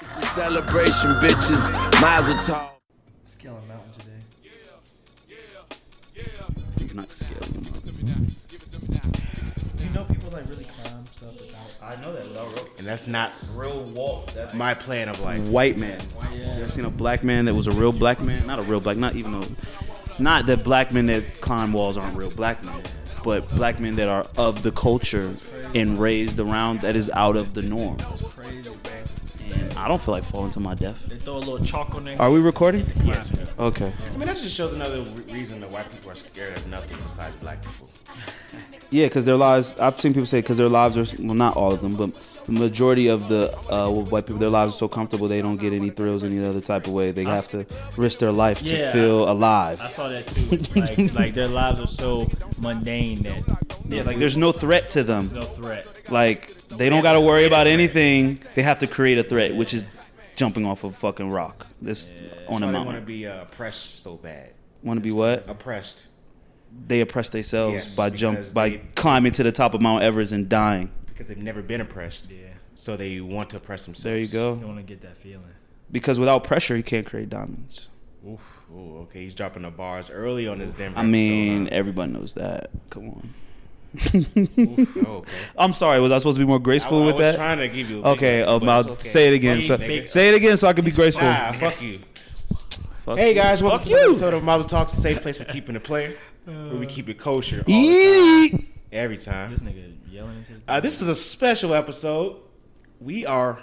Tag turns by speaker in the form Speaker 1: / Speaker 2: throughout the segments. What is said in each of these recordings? Speaker 1: It's a celebration, bitches. Mazel tov.
Speaker 2: Scale a mountain today.
Speaker 3: You cannot scale them up.
Speaker 2: You know people that really climb stuff without.
Speaker 4: I know that without real,
Speaker 5: And that's not
Speaker 4: real walk. That's
Speaker 5: my plan of life.
Speaker 3: White man. You ever seen a black man that was a real black man? Not a real black, not even a, not that black men that climb walls aren't real black men, but black men that are of the culture and raised around that is out of the norm.
Speaker 2: It's crazy, man.
Speaker 3: And I don't feel like falling to my death.
Speaker 4: they throw a little chalk on there.
Speaker 3: Are we recording?
Speaker 5: Yes.
Speaker 3: Okay.
Speaker 5: I mean, that just shows another re- reason that white people are scared of nothing besides black people.
Speaker 3: Yeah, because their lives. I've seen people say because their lives are well, not all of them, but the majority of the uh, white people, their lives are so comfortable they don't get any thrills any other type of way. They have to risk their life to
Speaker 4: Yeah.
Speaker 3: feel alive.
Speaker 4: I saw that too. Like, like their lives are so mundane that
Speaker 3: Yeah, like there's no threat to them.
Speaker 4: no threat.
Speaker 3: Like they don't got to worry about anything. They have to create a threat, which is jumping off a fucking rock. This on a
Speaker 5: They want to
Speaker 3: mountain.
Speaker 5: be uh, oppressed so bad.
Speaker 3: Want to be what?
Speaker 5: Oppressed.
Speaker 3: They oppress themselves
Speaker 5: Yes,
Speaker 3: by jump
Speaker 5: because
Speaker 3: by
Speaker 5: they-
Speaker 3: climbing to the top of Mount Everest and dying.
Speaker 5: Because they've never been oppressed.
Speaker 4: Yeah,
Speaker 5: So they want to oppress themselves.
Speaker 3: There you
Speaker 4: you
Speaker 3: go.
Speaker 4: want to get that feeling.
Speaker 3: Because without pressure, you can't create diamonds.
Speaker 5: Oof. Ooh, okay. He's dropping the bars early on this Denver.
Speaker 3: I mean, everybody knows that. Come on.
Speaker 5: episode, huh? Ooh, okay.
Speaker 3: I'm sorry. Was I supposed to be more
Speaker 5: I,
Speaker 3: graceful
Speaker 5: I
Speaker 3: eh. with
Speaker 5: was
Speaker 3: that?
Speaker 5: trying to give you. A big
Speaker 3: Okay,
Speaker 5: one,
Speaker 3: um,
Speaker 5: but
Speaker 3: I'll
Speaker 5: it's okay.
Speaker 3: say it again.
Speaker 5: Fuck
Speaker 3: So,
Speaker 5: you, nigga.
Speaker 3: say it again, so I can be graceful.
Speaker 5: Nah, fuck you.
Speaker 3: Fuck
Speaker 5: Hey
Speaker 3: you.
Speaker 5: guys, welcome
Speaker 3: Fuck
Speaker 5: to another
Speaker 3: you.
Speaker 5: episode of Mother Talks, a safe place for keeping the player, where we keep it
Speaker 3: Uh,
Speaker 5: kosher all the
Speaker 3: Eat it.
Speaker 5: time, every time.
Speaker 4: This nigga yelling into the
Speaker 5: Uh, this is a special episode. We are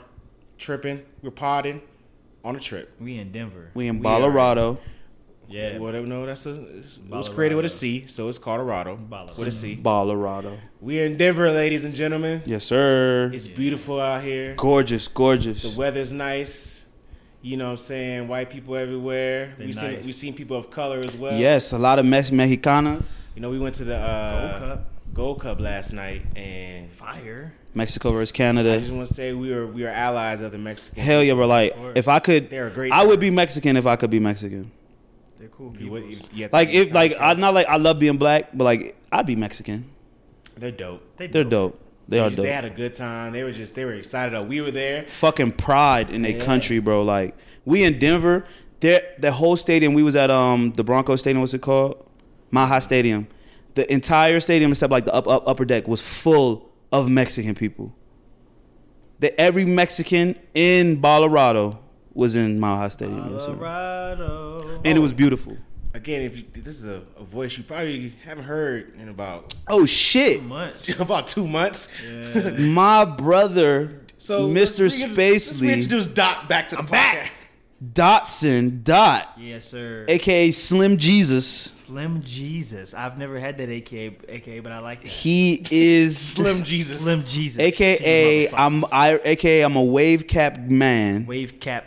Speaker 5: tripping. We're podding on a trip.
Speaker 4: we in Denver.
Speaker 3: We in
Speaker 5: We are-
Speaker 3: Colorado.
Speaker 4: yeah,
Speaker 5: Whatever. No, that's a. It was created with a C, so it's Colorado
Speaker 4: Bolorado.
Speaker 5: with a
Speaker 4: Mm-hmm.
Speaker 5: C.
Speaker 3: Colorado.
Speaker 5: We're in Denver, ladies and gentlemen.
Speaker 3: Yes, sir.
Speaker 5: It's beautiful out here.
Speaker 3: gorgeous,
Speaker 5: The
Speaker 3: gorgeous.
Speaker 5: weather's nice. You know what I'm saying? White people everywhere.
Speaker 4: They
Speaker 5: we seen
Speaker 4: nice.
Speaker 5: we seen people of color as well.
Speaker 3: Yes, a lot of Mex- Mexicanas,
Speaker 5: You know, we went to the uh,
Speaker 4: Gold Cup.
Speaker 5: Gold Cup last night, and
Speaker 4: fire.
Speaker 3: Mexico versus
Speaker 5: I
Speaker 3: Canada.
Speaker 5: just want to say we are we are allies of the Mexicans.
Speaker 3: Hell yeah, bro! Like, if I could,
Speaker 5: They're a great
Speaker 3: I would be Mexican if I could be Mexican.
Speaker 4: They're cool
Speaker 5: You
Speaker 4: people.
Speaker 5: would- you- you have to
Speaker 3: Like,
Speaker 5: be
Speaker 3: if like
Speaker 5: talented.
Speaker 3: I not like I love being black, but like I'd be Mexican.
Speaker 5: they're dope.
Speaker 4: They
Speaker 3: They're dope. They are
Speaker 5: They
Speaker 3: dope.
Speaker 5: had a good time. They were just they were excited. Uh, We were there.
Speaker 3: fucking pride in their country, bro. Like we in Denver, there the whole stadium. We was at um the Broncos Stadium. What's it called? Maha Stadium. The entire stadium, except like the up, up upper deck, was full of Mexican people. The every Mexican in Colorado was in Maha Stadium, yes, sir.
Speaker 4: Colorado.
Speaker 3: and it was beautiful.
Speaker 5: Again, if you, this is a, a voice you probably haven't heard in about
Speaker 3: Oh shit!
Speaker 4: much.
Speaker 5: about two months.
Speaker 3: My brother,
Speaker 5: So let's
Speaker 3: Mr.
Speaker 5: reintroduce- let's
Speaker 3: Spacely
Speaker 5: reintroduce Dot back to the podcast.
Speaker 3: Dotson Dot,
Speaker 4: Yes, sir.
Speaker 3: aka Slim Jesus.
Speaker 4: Slim Jesus. I've never had that AKA, AKA, but I like that.
Speaker 3: He is
Speaker 5: Slim Jesus.
Speaker 4: Slim Jesus.
Speaker 3: AKA
Speaker 4: Jeez,
Speaker 3: I'm
Speaker 4: motherfuckers.
Speaker 3: I AKA I'm a wave cap man.
Speaker 4: wave cap,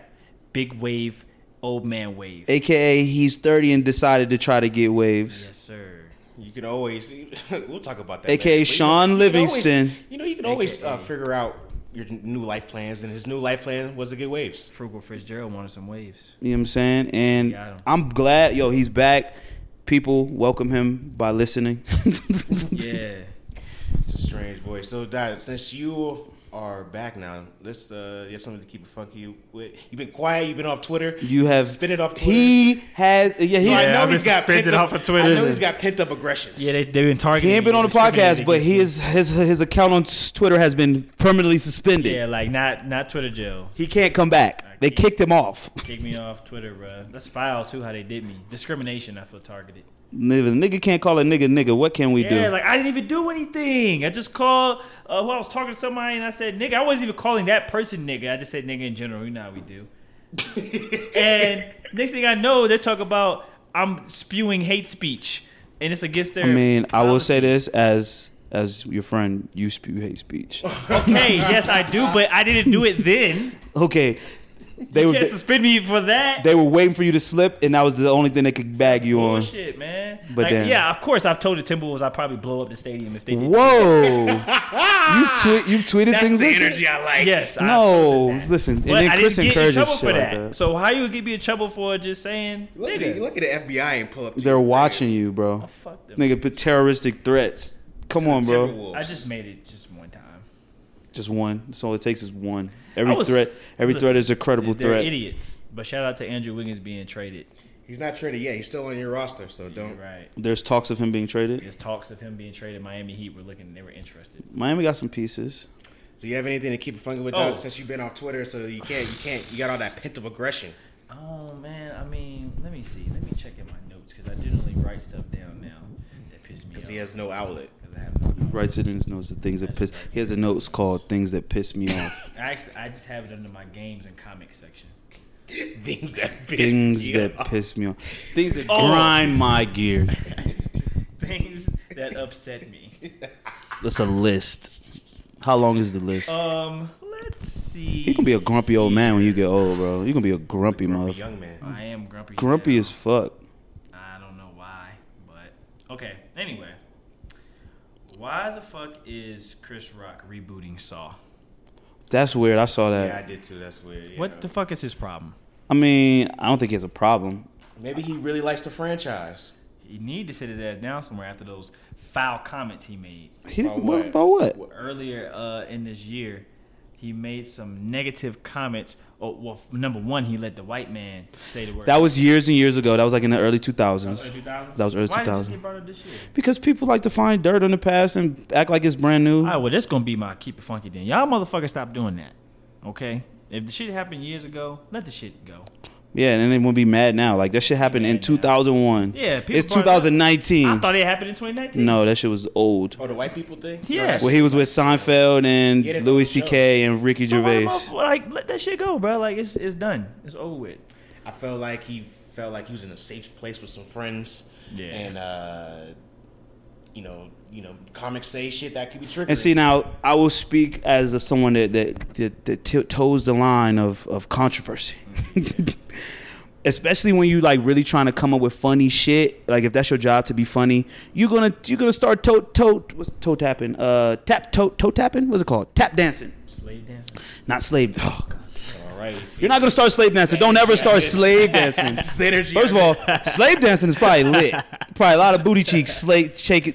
Speaker 4: big wave, old man wave.
Speaker 3: AKA he's 30 and decided to try to get waves.
Speaker 4: Yes, sir.
Speaker 5: You can always we'll talk about that.
Speaker 3: AKA
Speaker 5: later, but you
Speaker 3: Sean
Speaker 5: know- you can
Speaker 3: Livingston.
Speaker 5: always- You know, you can always uh,
Speaker 4: AKA.
Speaker 5: figure out your n- new life plans, and his new life plan was to get waves.
Speaker 4: Frugal Fitzgerald wanted some waves.
Speaker 3: You know what I'm saying? And
Speaker 4: Got him.
Speaker 3: I'm glad yo he's back. People welcome him by listening.
Speaker 4: Yeah.
Speaker 5: It's a strange voice. So, Dad, since you are back now, let's uh, you have something to keep it funky with. You've been quiet. You've been off Twitter.
Speaker 3: You have
Speaker 5: spin it off Twitter.
Speaker 3: He has yeah, he,
Speaker 5: So I
Speaker 4: Yeah,
Speaker 5: know
Speaker 4: I've
Speaker 5: he's
Speaker 4: been
Speaker 5: got
Speaker 4: suspended
Speaker 5: pent up,
Speaker 4: off of Twitter.
Speaker 5: I know he's got pent up aggressions.
Speaker 4: Yeah, they, they've been targeting.
Speaker 3: he ain't been
Speaker 4: you.
Speaker 3: on the
Speaker 4: They're discriminating
Speaker 3: podcast, but
Speaker 4: against
Speaker 3: he
Speaker 4: you.
Speaker 3: is his his account on s- Twitter has been permanently suspended.
Speaker 4: Yeah, like not not Twitter jail.
Speaker 3: He can't come back. They kicked him off.
Speaker 4: Kick me off Twitter, bro. That's foul too. How they did me. Discrimination. I feel targeted.
Speaker 3: Nigga, nigga can't call a nigga nigga. What can we do?
Speaker 4: Yeah, like I didn't even do anything. I just called. Uh, who I was talking to somebody, and I said, "Nigga." I wasn't even calling that person, "Nigga." I just said, "Nigga" in general. You know how we do. and next thing I know, they're talking about I'm spewing hate speech, and it's against their.
Speaker 3: I mean, I will say this as as your friend, you spew hate speech.
Speaker 4: Okay, yes, I do, but I didn't do it then.
Speaker 3: Okay, they
Speaker 4: You
Speaker 3: were
Speaker 4: can't
Speaker 3: they,
Speaker 4: suspend me for that.
Speaker 3: were waiting for you to slip, and that was the only thing they could bag you on.
Speaker 4: Bullshit, man.
Speaker 3: But
Speaker 4: Like,
Speaker 3: then-
Speaker 4: yeah, of course, I've told the Timberwolves I'd probably blow up the stadium if they did.
Speaker 3: Whoa, you've tweet you've tweeted
Speaker 5: that's
Speaker 3: things.
Speaker 5: the
Speaker 3: like that?
Speaker 5: energy I like.
Speaker 4: Yes, I-
Speaker 3: No, listen, and
Speaker 4: But
Speaker 3: then
Speaker 4: I
Speaker 3: Chris
Speaker 4: didn't get in
Speaker 3: encourages
Speaker 4: trouble
Speaker 3: shit
Speaker 4: for
Speaker 3: like
Speaker 4: that.
Speaker 3: that.
Speaker 4: So how you get me in trouble for just saying,
Speaker 5: Look at,
Speaker 4: nigga, oh,
Speaker 5: it, look at the FBI and pull up. to
Speaker 3: They're
Speaker 5: you.
Speaker 3: watching you, bro.
Speaker 4: fuck them.
Speaker 3: Nigga, put terroristic threats. Come on, bro.
Speaker 5: Timberwolves.
Speaker 4: I just made it just one time.
Speaker 3: Just one. That's all it takes is one. Every
Speaker 4: was-
Speaker 3: threat, every
Speaker 4: listen,
Speaker 3: threat is a credible
Speaker 4: They're
Speaker 3: threat.
Speaker 4: idiots. But shout out to Andrew Wiggins being traded.
Speaker 5: He's not traded yet. He's still on your roster, so don't.
Speaker 4: Right.
Speaker 3: There's talks of him being traded.
Speaker 4: There's talks of him being traded. Miami Heat were looking. They were interested.
Speaker 3: Miami got some pieces.
Speaker 5: So you have anything to keep it funky with
Speaker 4: Oh.
Speaker 5: Doc, since you've been off Twitter? So you can't, you can't, you got all that pent up aggression.
Speaker 4: Oh man. I mean, let me see. Let me check in my notes because I generally write stuff down now that pissed me off.
Speaker 5: Because he has no outlet.
Speaker 4: 'Cause I have no-
Speaker 3: Writes it in his notes. The things that piss. He has a notes called "Things That Piss Me Off."
Speaker 4: I actually, I just have it under my games and comics section.
Speaker 5: Things that piss
Speaker 3: things
Speaker 5: you
Speaker 3: that
Speaker 5: off.
Speaker 3: piss me off. Things that
Speaker 4: Oh.
Speaker 3: grind my gears.
Speaker 4: Things that upset me.
Speaker 3: That's a list. How long is the list?
Speaker 4: Um, let's see.
Speaker 3: You're gonna be a grumpy old man when you get old, bro. You're gonna be a grumpy
Speaker 5: Grumpy
Speaker 3: motherfucker.
Speaker 5: young man.
Speaker 4: I am grumpy.
Speaker 3: Grumpy
Speaker 4: now.
Speaker 3: as fuck.
Speaker 4: I don't know why, but okay. Anyway, why the fuck is Chris Rock rebooting Saw?
Speaker 3: That's weird. I saw that.
Speaker 5: Yeah, I did too. That's weird. you know.
Speaker 4: What the fuck is his problem?
Speaker 3: I mean, I don't think he has a problem.
Speaker 5: Maybe he really likes the franchise.
Speaker 4: He need to sit his ass down somewhere after those foul comments he made
Speaker 3: He
Speaker 5: About
Speaker 3: didn't,
Speaker 5: what?
Speaker 3: what? About what?
Speaker 5: What?
Speaker 4: earlier uh, in this year. He made some negative comments. Oh, well, number one, he let the white man say the word.
Speaker 3: That was years and years ago. That was like in the early 2000s.
Speaker 4: early 2000s.
Speaker 3: That was early
Speaker 4: Why did this
Speaker 3: 2000s.
Speaker 4: get brought up this year?
Speaker 3: Because people like to find dirt on the past and act like it's brand new.
Speaker 4: All right, well, that's gonna be my keep it funky then. Y'all motherfuckers stop doing that, okay? If the shit happened years ago, let the shit go.
Speaker 3: Yeah, and then they won't be mad now. Like that shit happened in
Speaker 4: Mad now.
Speaker 3: 2001.
Speaker 4: Yeah, people
Speaker 3: it's
Speaker 4: brought it up. I
Speaker 3: 2019.
Speaker 4: thought it happened in 2019.
Speaker 3: Mm. No, that shit was old.
Speaker 5: Oh, the white people thing?
Speaker 4: Yeah.
Speaker 5: that's-
Speaker 3: Well, he was with Seinfeld and
Speaker 5: Yeah, that's
Speaker 3: Louis
Speaker 5: old
Speaker 3: C.K. and Ricky
Speaker 4: So why the
Speaker 3: Gervais.
Speaker 4: motherf- like let that shit go, bro. Like it's it's done. It's over with.
Speaker 5: I felt like he felt like he was in a safe place with some friends.
Speaker 4: Yeah.
Speaker 5: And uh, you know, you know, comics say shit that could be tricky.
Speaker 3: And see now, I will speak as of someone that that that, that t- toes the line of of controversy. Especially when you like really trying to come up with funny shit. Like if that's your job to be funny, you're gonna you're gonna start toe toe what's toe tapping? Uh, tap toe toe tapping. What's it called? Tap dancing,
Speaker 4: Slave dancing.
Speaker 3: not slave. Oh, God.
Speaker 5: all right.
Speaker 3: You're not gonna start slave dancing. Don't ever start slave dancing.
Speaker 5: energy.
Speaker 3: First of all, slave dancing is probably lit. Probably a lot of booty cheeks slave shaking.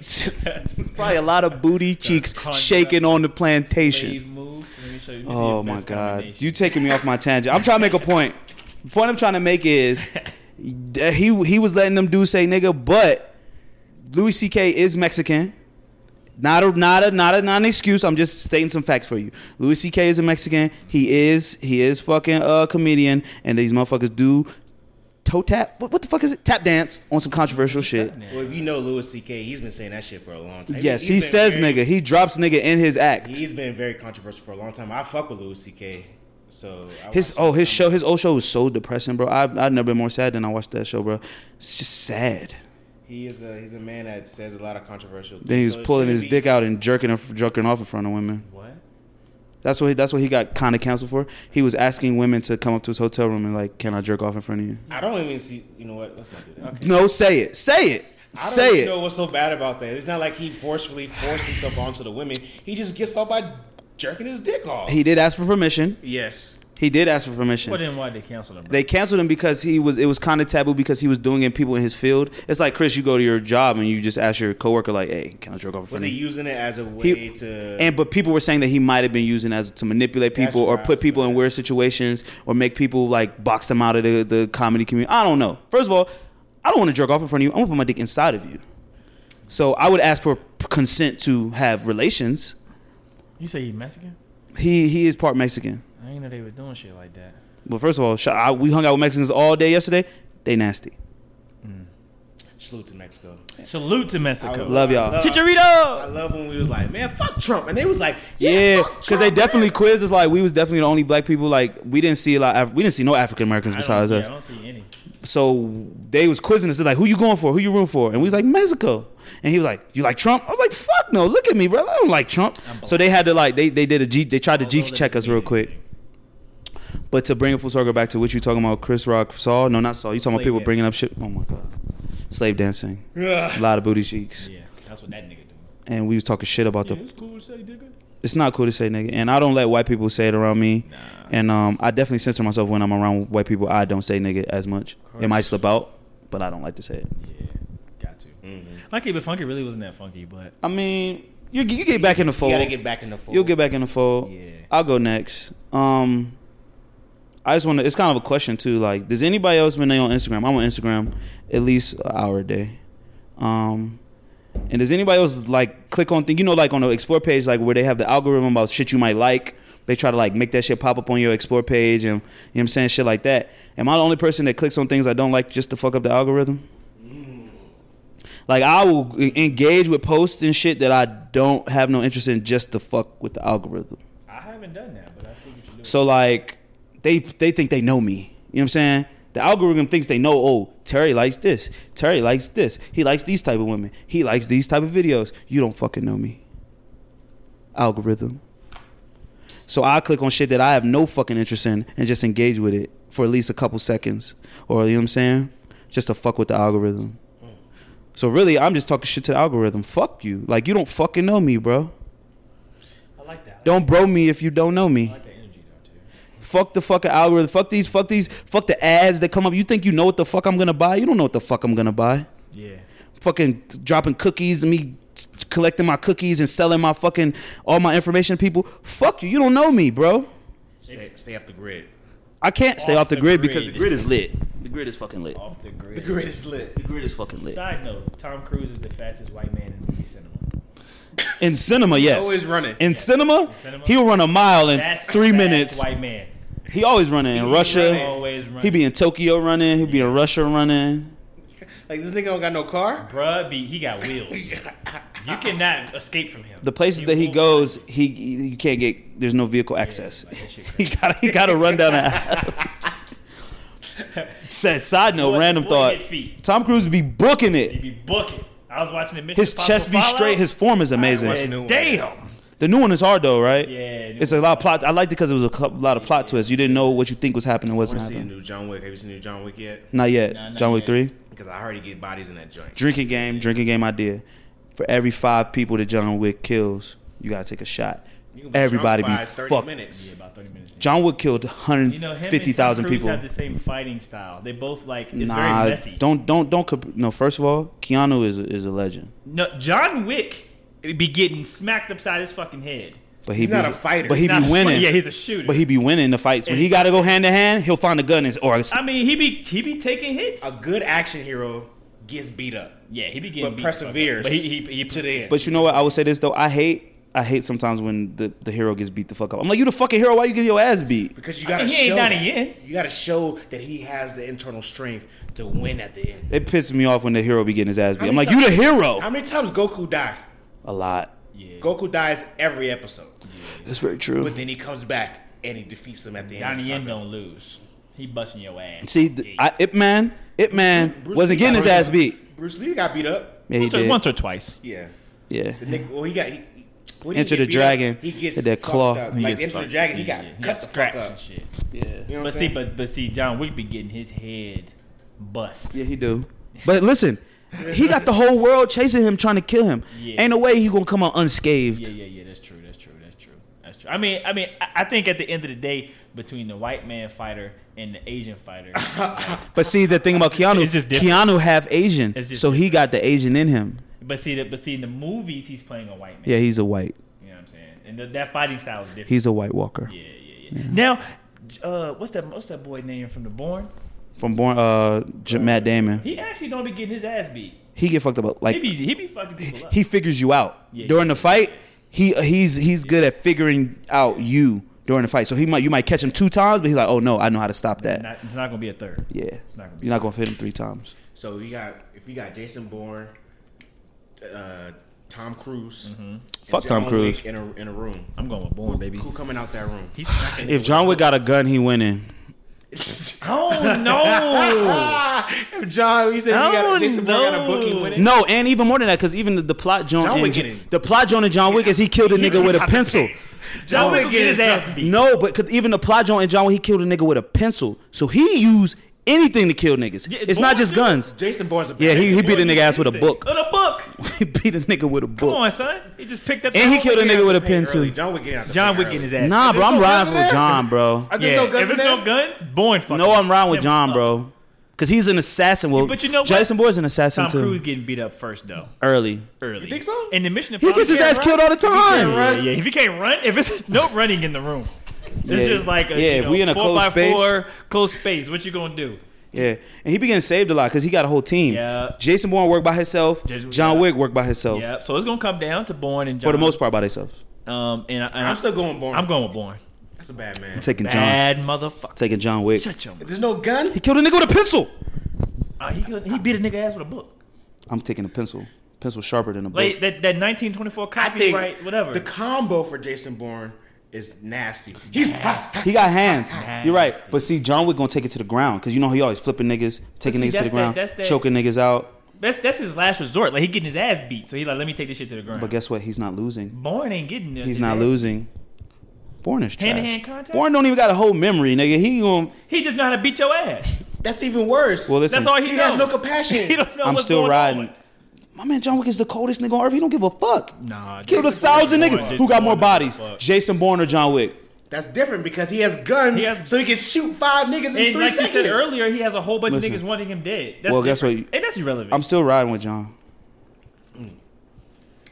Speaker 3: Probably a lot of booty cheeks shaking on the plantation.
Speaker 4: Slave move. Let me show you. Let me see
Speaker 3: Oh
Speaker 4: your
Speaker 3: my
Speaker 4: best
Speaker 3: God,
Speaker 4: combination.
Speaker 3: you taking me off my tangent. I'm trying to make a point. The point I'm trying to make is that he he was letting them dudes say nigga, but Louis C.K. is Mexican. Not a not a not a not an excuse. I'm just stating some facts for you. Louis C.K. is a Mexican. He is he is fucking a comedian, and these motherfuckers do toe tap. What, what the fuck is it? Tap dance on some controversial shit.
Speaker 5: well, if you know Louis C.K., he's been saying that shit for a long time.
Speaker 3: Yes,
Speaker 5: He's
Speaker 3: he
Speaker 5: been
Speaker 3: says
Speaker 5: very-
Speaker 3: nigga. He drops nigga in his act.
Speaker 5: He's been very controversial for a long time. I fuck with Louis C.K. So I
Speaker 3: His
Speaker 5: watch
Speaker 3: oh his show
Speaker 5: some-
Speaker 3: his old show was so depressing, bro. I I've never been more sad than I watched that show, bro. It's just sad.
Speaker 5: He is a he's a man that says a lot of controversial.
Speaker 3: Then he was
Speaker 5: things, so it
Speaker 3: pulling
Speaker 5: shouldn't
Speaker 3: his
Speaker 5: be-
Speaker 3: dick out and jerking her, jerking off in front of women.
Speaker 4: What?
Speaker 3: That's what he, that's what he got kind of canceled for. He was asking women to come up to his hotel room and like, "Can I jerk off in front of you?"
Speaker 5: I don't even see. You know what? Let's not do that.
Speaker 3: No, say it, say it,
Speaker 5: I don't
Speaker 3: say
Speaker 5: even
Speaker 3: it.
Speaker 5: know what's so bad about that. It's not like he forcefully forced himself onto the women. He just gets off by jerking his dick off.
Speaker 3: He did ask for permission.
Speaker 5: yes.
Speaker 3: He did ask for permission.
Speaker 4: Well, then why they cancel him? Bro?
Speaker 3: they canceled him because he was it was kind of taboo because he was doing it people in his field. It's like Chris, you go to your job and you just ask your coworker like, "Hey, can I jerk off in
Speaker 5: Was
Speaker 3: front
Speaker 5: he
Speaker 3: of you?"
Speaker 5: using it as a way
Speaker 3: He-
Speaker 5: to?
Speaker 3: And but people were saying that he might have been using as to manipulate
Speaker 5: That's
Speaker 3: people or
Speaker 5: right,
Speaker 3: put people in
Speaker 5: right.
Speaker 3: weird situations or make people like box them out of the, the comedy community. I don't know. First of all, I don't want to jerk off in front of you. I'm gonna put my dick inside of you. So I would ask for consent to have relations.
Speaker 4: you say he's Mexican?
Speaker 3: He he is part Mexican.
Speaker 4: I didn't know they were doing shit like that.
Speaker 3: But first of all, sh- I, we hung out with Mexicans all day yesterday. They nasty.
Speaker 5: salute to Mexico.
Speaker 4: Salute to Mexico.
Speaker 5: I
Speaker 3: Love y'all.
Speaker 5: love- I
Speaker 4: Chicharito.
Speaker 5: love when we was like, man, fuck Trump, and they was like, yeah,
Speaker 3: Yeah,
Speaker 5: fuck
Speaker 3: because they
Speaker 5: Trump,
Speaker 3: definitely
Speaker 5: man.
Speaker 3: quizzed us. Like we was definitely the only black people. Like we didn't see a lot. Af- we didn't see no African Americans
Speaker 4: I don't-
Speaker 3: besides
Speaker 4: yeah,
Speaker 3: us.
Speaker 4: I don't see any.
Speaker 3: So they was quizzing us. They're like, "Who you going for? Who you rooting for?" And we was like, "Mexico." And he was like, "You like Trump?" I was like, "Fuck no! Look at me, bro. I don't like Trump."
Speaker 4: black.
Speaker 3: So they had to like they they did a G. They tried to G
Speaker 4: Although
Speaker 3: check
Speaker 4: that's
Speaker 3: us real
Speaker 4: media
Speaker 3: quick.
Speaker 4: thing.
Speaker 3: But to bring it full circle back to what you talking about, Chris Rock Saul? No, not Saul. You talking about
Speaker 4: Slave
Speaker 3: people
Speaker 4: dancing.
Speaker 3: bringing up shit? Oh my god, slave dancing, a
Speaker 5: Ugh.
Speaker 3: lot of booty cheeks,
Speaker 4: Yeah, that's what that nigga doing.
Speaker 3: and we was talking shit about the
Speaker 4: Yeah, it's cool to say, nigga.
Speaker 3: it's not cool to say nigga. And I don't let white people say it around me. And um, I definitely censor myself when I'm around white people. I don't say nigga as much. It might slip out, but I don't like to say it. Mm.
Speaker 4: Yeah, got to. Like keep it funky really wasn't that funky, but
Speaker 3: I mean, You you get back in the
Speaker 5: You
Speaker 3: fold.
Speaker 5: gotta get back in the fold.
Speaker 3: You'll get back in the fold.
Speaker 4: Yeah.
Speaker 3: I'll go next. Um, I just want to. It's kind of a question too. Like, does anybody else been on Instagram? I'm on Instagram at least an hour a day. Um, and does anybody else like click on thing? You know, like on the explore page, like where they have the algorithm about shit you might like. They try to like make that shit pop up on your explore page, and you know what I'm saying shit like that. Am I the only person that clicks on things I don't like just to fuck up the algorithm? Like I will engage with posts and shit that I don't have no interest in just to fuck with the algorithm.
Speaker 4: I haven't done that, but I see what you're doing.
Speaker 3: So like they they think they know me. You know what I'm saying? The algorithm thinks they know, oh, Terry likes this. Terry likes this. He likes these type of women. He likes these type of videos. You don't fucking know me. Algorithm. So I click on shit that I have no fucking interest in and just engage with it for at least a couple seconds. Or you know what I'm saying? Just to fuck with the algorithm. So really I'm just talking shit to the algorithm. Fuck you. Like you don't fucking know me, bro.
Speaker 4: I like that.
Speaker 3: Don't bro me if you don't know me.
Speaker 4: I like that energy though too.
Speaker 3: Fuck the fucking algorithm. Fuck these. Fuck these. Fuck the ads that come up. You think you know what the fuck I'm gonna buy? You don't know what the fuck I'm gonna buy.
Speaker 4: Yeah.
Speaker 3: Fucking dropping cookies and me t- collecting my cookies and selling my fucking all my information to people. Fuck you. You don't know me, bro.
Speaker 5: Stay, stay off the grid.
Speaker 3: I can't stay
Speaker 4: Off
Speaker 3: off, the,
Speaker 4: the
Speaker 3: grid, because the
Speaker 4: grid.
Speaker 3: grid is lit. The grid is fucking lit.
Speaker 4: Off the grid.
Speaker 5: The grid is lit.
Speaker 3: The grid is fucking lit.
Speaker 4: Side note: Tom Cruise is the fastest white man in movie cinema.
Speaker 3: In cinema, yes.
Speaker 5: always running.
Speaker 3: In cinema,
Speaker 4: cinema.
Speaker 3: he'll run a mile in
Speaker 4: That's
Speaker 3: three
Speaker 4: fast
Speaker 3: minutes.
Speaker 4: White man.
Speaker 3: He always running in
Speaker 4: He
Speaker 3: Russia.
Speaker 4: always running.
Speaker 3: He be in Tokyo running. He be in Russia running.
Speaker 5: Like this nigga don't got no car.
Speaker 4: Bruh, be, he got wheels. you cannot escape from him.
Speaker 3: the places that he goes, he you can't get. There's no vehicle access.
Speaker 4: like that shit
Speaker 3: he got he got to run down an alley. Said side note,
Speaker 4: Boy-
Speaker 3: random
Speaker 4: boy
Speaker 3: thought.
Speaker 4: hit feet.
Speaker 3: Tom Cruise be booking
Speaker 4: He
Speaker 3: it.
Speaker 4: be booking. I was watching the Mission
Speaker 3: His chest be
Speaker 4: Impossible
Speaker 3: straight.
Speaker 4: Fallout.
Speaker 3: His form is amazing.
Speaker 5: watched the new one.
Speaker 4: Damn.
Speaker 3: The new one is hard though, right?
Speaker 4: Yeah.
Speaker 3: It's a lot of plot. I liked it because it was a couple, lot of plot twists. You didn't know what you think was happening,
Speaker 5: I
Speaker 3: wasn't
Speaker 5: want to see the
Speaker 3: happening.
Speaker 5: new John Wick. Have you seen the new John Wick yet?
Speaker 3: Not yet.
Speaker 4: Nah, not
Speaker 3: John Wick
Speaker 4: yet.
Speaker 3: three.
Speaker 5: Because I already get bodies in that joint.
Speaker 3: Drinking game. Drinking game idea. For every five people that John Wick kills, you gotta take a shot.
Speaker 5: You can be
Speaker 3: Everybody
Speaker 5: drunk
Speaker 3: be
Speaker 5: by 30
Speaker 3: fucked.
Speaker 5: minutes.
Speaker 4: yeah, about thirty minutes. in.
Speaker 3: John Wick killed
Speaker 4: You know, him
Speaker 3: 150,000
Speaker 4: and Tom Cruise
Speaker 3: people.
Speaker 4: have the same fighting style. They both like it's
Speaker 3: nah,
Speaker 4: very messy.
Speaker 3: don't don't don't. comp- No, first of all, Keanu is is a legend,
Speaker 4: No, John Wick be getting smacked upside his fucking head.
Speaker 3: but he
Speaker 5: He's
Speaker 3: be,
Speaker 5: not a fighter.
Speaker 3: But he
Speaker 4: Not-
Speaker 3: be winning.
Speaker 4: Yeah, he's a shooter.
Speaker 3: but he be winning the fights. When he got to go hand to hand, he'll find a gun and or a,
Speaker 4: I mean, he be he be taking hits.
Speaker 5: A good action hero gets beat up,
Speaker 4: yeah, he be getting
Speaker 5: but
Speaker 4: beat the fuck up.
Speaker 5: perseveres
Speaker 4: But he, he, he
Speaker 5: to the end.
Speaker 3: But you know what? I would say this though. I hate I hate sometimes when the, the hero gets beat the fuck up. I'm like, you the fucking hero. Why you get your ass beat?
Speaker 5: because you
Speaker 4: I
Speaker 5: gotta
Speaker 4: mean, he ain't
Speaker 5: show
Speaker 4: done
Speaker 5: that.
Speaker 4: it yet.
Speaker 5: You gotta show that he has the internal strength to win at the end.
Speaker 3: It pisses me off when the hero be getting his ass beat. I'm
Speaker 5: many
Speaker 3: like, you the
Speaker 5: times- How
Speaker 3: hero.
Speaker 5: many times Goku died?
Speaker 3: A lot.
Speaker 4: Yeah.
Speaker 5: Goku dies every episode,
Speaker 3: That's very true.
Speaker 5: but then he comes back and he defeats him at the end. of
Speaker 4: Donnie Yen
Speaker 5: something.
Speaker 4: don't lose. He busting your ass.
Speaker 3: See, th- I, Ip Man, Ip Man
Speaker 5: Bruce
Speaker 3: wasn't
Speaker 5: Lee
Speaker 3: getting
Speaker 5: got
Speaker 3: his ass
Speaker 5: beat
Speaker 3: beat.
Speaker 5: up. Bruce Lee got beat up.
Speaker 3: Yeah, he
Speaker 4: once, or,
Speaker 3: did.
Speaker 4: once or twice.
Speaker 5: Yeah.
Speaker 3: Yeah.
Speaker 5: The nigga, well, he got. He, he- what did he
Speaker 3: Enter
Speaker 5: get
Speaker 3: the
Speaker 5: beat
Speaker 3: Dragon,
Speaker 5: Up? He gets
Speaker 3: hit that
Speaker 5: fucked
Speaker 3: claw.
Speaker 5: Up.
Speaker 4: He
Speaker 5: Like
Speaker 4: gets
Speaker 5: Enter the
Speaker 4: fucked.
Speaker 5: Dragon, he got
Speaker 4: Yeah,
Speaker 5: cut the fuck
Speaker 4: scratched
Speaker 5: up.
Speaker 4: and shit.
Speaker 3: Yeah.
Speaker 5: You know what
Speaker 4: But
Speaker 5: I'm
Speaker 4: see,
Speaker 5: saying?
Speaker 4: but but see, John Wick be getting his head bust.
Speaker 3: Yeah, he do. But listen, he got the whole world chasing him, trying to kill him.
Speaker 4: Yeah.
Speaker 3: Ain't no way he gonna come out unscathed.
Speaker 4: Yeah, yeah, yeah. That's true. That's true. That's true. That's true. I mean, I mean, I I think at the end of the day, between the white man fighter and the Asian fighter,
Speaker 3: But see, the thing about Keanu,
Speaker 4: It's just different.
Speaker 3: Keanu half Asian,
Speaker 4: It's just
Speaker 3: so he got the Asian in him.
Speaker 4: but see, the, but see, in the movies, he's playing a white man.
Speaker 3: Yeah, he's a white.
Speaker 4: You know what I'm saying? And the, that fighting style is different.
Speaker 3: He's a White Walker
Speaker 4: yeah, yeah, yeah. Now, uh, what's that? What's that boy name from The Born?
Speaker 3: from born uh J- Matt Damon.
Speaker 4: He actually don't be getting his ass beat.
Speaker 3: He get fucked up
Speaker 4: He
Speaker 3: like
Speaker 4: be he be fucking people up.
Speaker 3: he figures you out
Speaker 4: Yeah,
Speaker 3: during
Speaker 4: yeah.
Speaker 3: the fight. He uh, he's he's good at figuring out you during the fight. So he might you might catch him two times, but he's like, oh no, I know how to stop that.
Speaker 4: Not- it's not gonna be a third.
Speaker 3: Yeah,
Speaker 4: It's not gonna be-
Speaker 3: you're not gonna hit him three times.
Speaker 5: So we got if we got Jason Bourne, uh, Tom Cruise,
Speaker 4: Mm-hmm.
Speaker 5: and
Speaker 3: Fuck Tom
Speaker 5: John
Speaker 3: Cruise.
Speaker 5: Wick in a in a room.
Speaker 4: I'm going with Born, baby.
Speaker 5: Who coming out that room?
Speaker 4: He's smacking.
Speaker 3: If John Wick got a gun, he winning.
Speaker 4: oh no.
Speaker 5: If John, you said we
Speaker 4: Oh,
Speaker 5: got Jason Bourne got
Speaker 4: no.
Speaker 5: a bookie winning.
Speaker 3: No, and even more than that, because even the, the plot John,
Speaker 5: John
Speaker 3: and
Speaker 5: Wick
Speaker 3: J-
Speaker 5: getting-
Speaker 3: the plot John and John Wick is he killed a nigga with a pencil.
Speaker 4: John Wick
Speaker 5: Wick
Speaker 4: get his
Speaker 5: is-
Speaker 4: ass beat.
Speaker 3: No, but 'cause even the plot John and John Wick he killed a nigga with a pencil. So he used anything to kill niggas.
Speaker 4: Yeah,
Speaker 3: it's not
Speaker 4: boy,
Speaker 3: just
Speaker 4: dude.
Speaker 3: guns.
Speaker 5: Jason Bourne's a
Speaker 3: Yeah, he, he beat a
Speaker 4: Boy,
Speaker 3: nigga
Speaker 4: you
Speaker 3: ass with a
Speaker 4: did
Speaker 3: book.
Speaker 4: that. With a "Oh, book.
Speaker 3: he beat a nigga with a
Speaker 4: Come
Speaker 3: book.
Speaker 4: on, son. He just picked up.
Speaker 3: And he
Speaker 4: the-
Speaker 3: killed a nigga with a pen
Speaker 5: early.
Speaker 3: too.
Speaker 5: John Wick getting out. The
Speaker 4: John
Speaker 5: pen
Speaker 4: Wick
Speaker 5: early.
Speaker 4: getting his ass.
Speaker 3: Nah,
Speaker 5: There's
Speaker 3: bro, I'm
Speaker 5: no guns
Speaker 3: riding
Speaker 5: in
Speaker 3: with
Speaker 5: there?
Speaker 3: John, bro.
Speaker 5: Are there
Speaker 4: Yeah,
Speaker 5: no guns
Speaker 4: if
Speaker 5: in
Speaker 4: it's
Speaker 5: there?
Speaker 4: no guns, Born fucking.
Speaker 3: No, I'm riding with
Speaker 4: him
Speaker 3: John,
Speaker 4: up.
Speaker 3: bro. Because he's an assassin. Well,
Speaker 4: But you know what?
Speaker 3: Jason Bourne's an assassin
Speaker 4: Tom
Speaker 3: too.
Speaker 4: Cruise getting beat up first though.
Speaker 3: Early.
Speaker 4: Early.
Speaker 5: You think so?
Speaker 4: In the Mission
Speaker 3: He gets his ass killed all the time.
Speaker 4: Yeah, yeah. If he can't run, if it's no running in the room, it's
Speaker 3: Yeah.
Speaker 4: just like a,
Speaker 3: Yeah,
Speaker 4: you know,
Speaker 3: we in a
Speaker 4: four
Speaker 3: closed
Speaker 4: by
Speaker 3: space.
Speaker 4: four close space. What you gonna do?
Speaker 3: Yeah, and he began saved a lot because he got a whole team.
Speaker 4: Yeah.
Speaker 3: Jason Bourne worked by himself.
Speaker 4: Jason-
Speaker 3: John
Speaker 4: yeah.
Speaker 3: Wick worked by himself
Speaker 4: Yeah. So it's gonna come down to Bourne and John.
Speaker 3: for the most part by themselves.
Speaker 4: Um, and, I, and
Speaker 5: I'm still going born.
Speaker 4: I'm going with Bourne.
Speaker 5: That's a bad man.
Speaker 3: Taking John,
Speaker 4: Bad motherfucker.
Speaker 3: taking John Wick.
Speaker 4: Shut your mouth.
Speaker 5: There's no gun.
Speaker 3: He killed a nigga with a pencil.
Speaker 4: Uh, he, could- he beat a nigga ass with a book.
Speaker 3: I'm taking a pencil. Pencil sharper than a book.
Speaker 4: Like that, that 1924 copyright, whatever.
Speaker 5: the combo for Jason Bourne is nasty. He's
Speaker 3: He got hands. You're right. But see, John Wick gonna take it to the ground because you know he always flipping niggas, taking
Speaker 4: see,
Speaker 3: niggas to the
Speaker 4: that's that-
Speaker 3: ground,
Speaker 4: that's that-
Speaker 3: choking niggas out.
Speaker 4: that's that's his last resort. Like he getting his ass beat, so he like let me take this shit to the ground.
Speaker 3: But guess what? He's not losing.
Speaker 4: Bourne ain't getting this.
Speaker 3: He's not losing. Born is trash.
Speaker 4: Hand-to-hand contact?
Speaker 3: Born don't even got a whole memory, nigga. He going
Speaker 4: He just know how to beat your ass.
Speaker 5: that's even worse.
Speaker 3: well. Listen,
Speaker 4: That's all he,
Speaker 5: he
Speaker 4: knows.
Speaker 5: has no compassion.
Speaker 4: He don't know
Speaker 3: I'm
Speaker 4: what's
Speaker 3: still
Speaker 4: going
Speaker 3: riding.
Speaker 4: On.
Speaker 3: My man John Wick is the coldest nigga on earth. He don't give a fuck.
Speaker 4: Nah,
Speaker 3: Killed a
Speaker 4: Jason
Speaker 3: thousand
Speaker 4: Bourne,
Speaker 3: niggas.
Speaker 4: Jason
Speaker 3: Who got more
Speaker 4: Bourne,
Speaker 3: bodies?
Speaker 4: fuck.
Speaker 3: Jason Bourne or John Wick?
Speaker 5: That's different because he has guns,
Speaker 4: He has-
Speaker 5: so he can shoot five niggas in
Speaker 4: And
Speaker 5: three
Speaker 4: like
Speaker 5: seconds.
Speaker 4: you said earlier, he has a whole bunch of
Speaker 3: Listen.
Speaker 4: niggas wanting him dead. That's
Speaker 3: Well, guess
Speaker 4: different.
Speaker 3: what?
Speaker 4: And that's irrelevant.
Speaker 3: I'm still riding with John.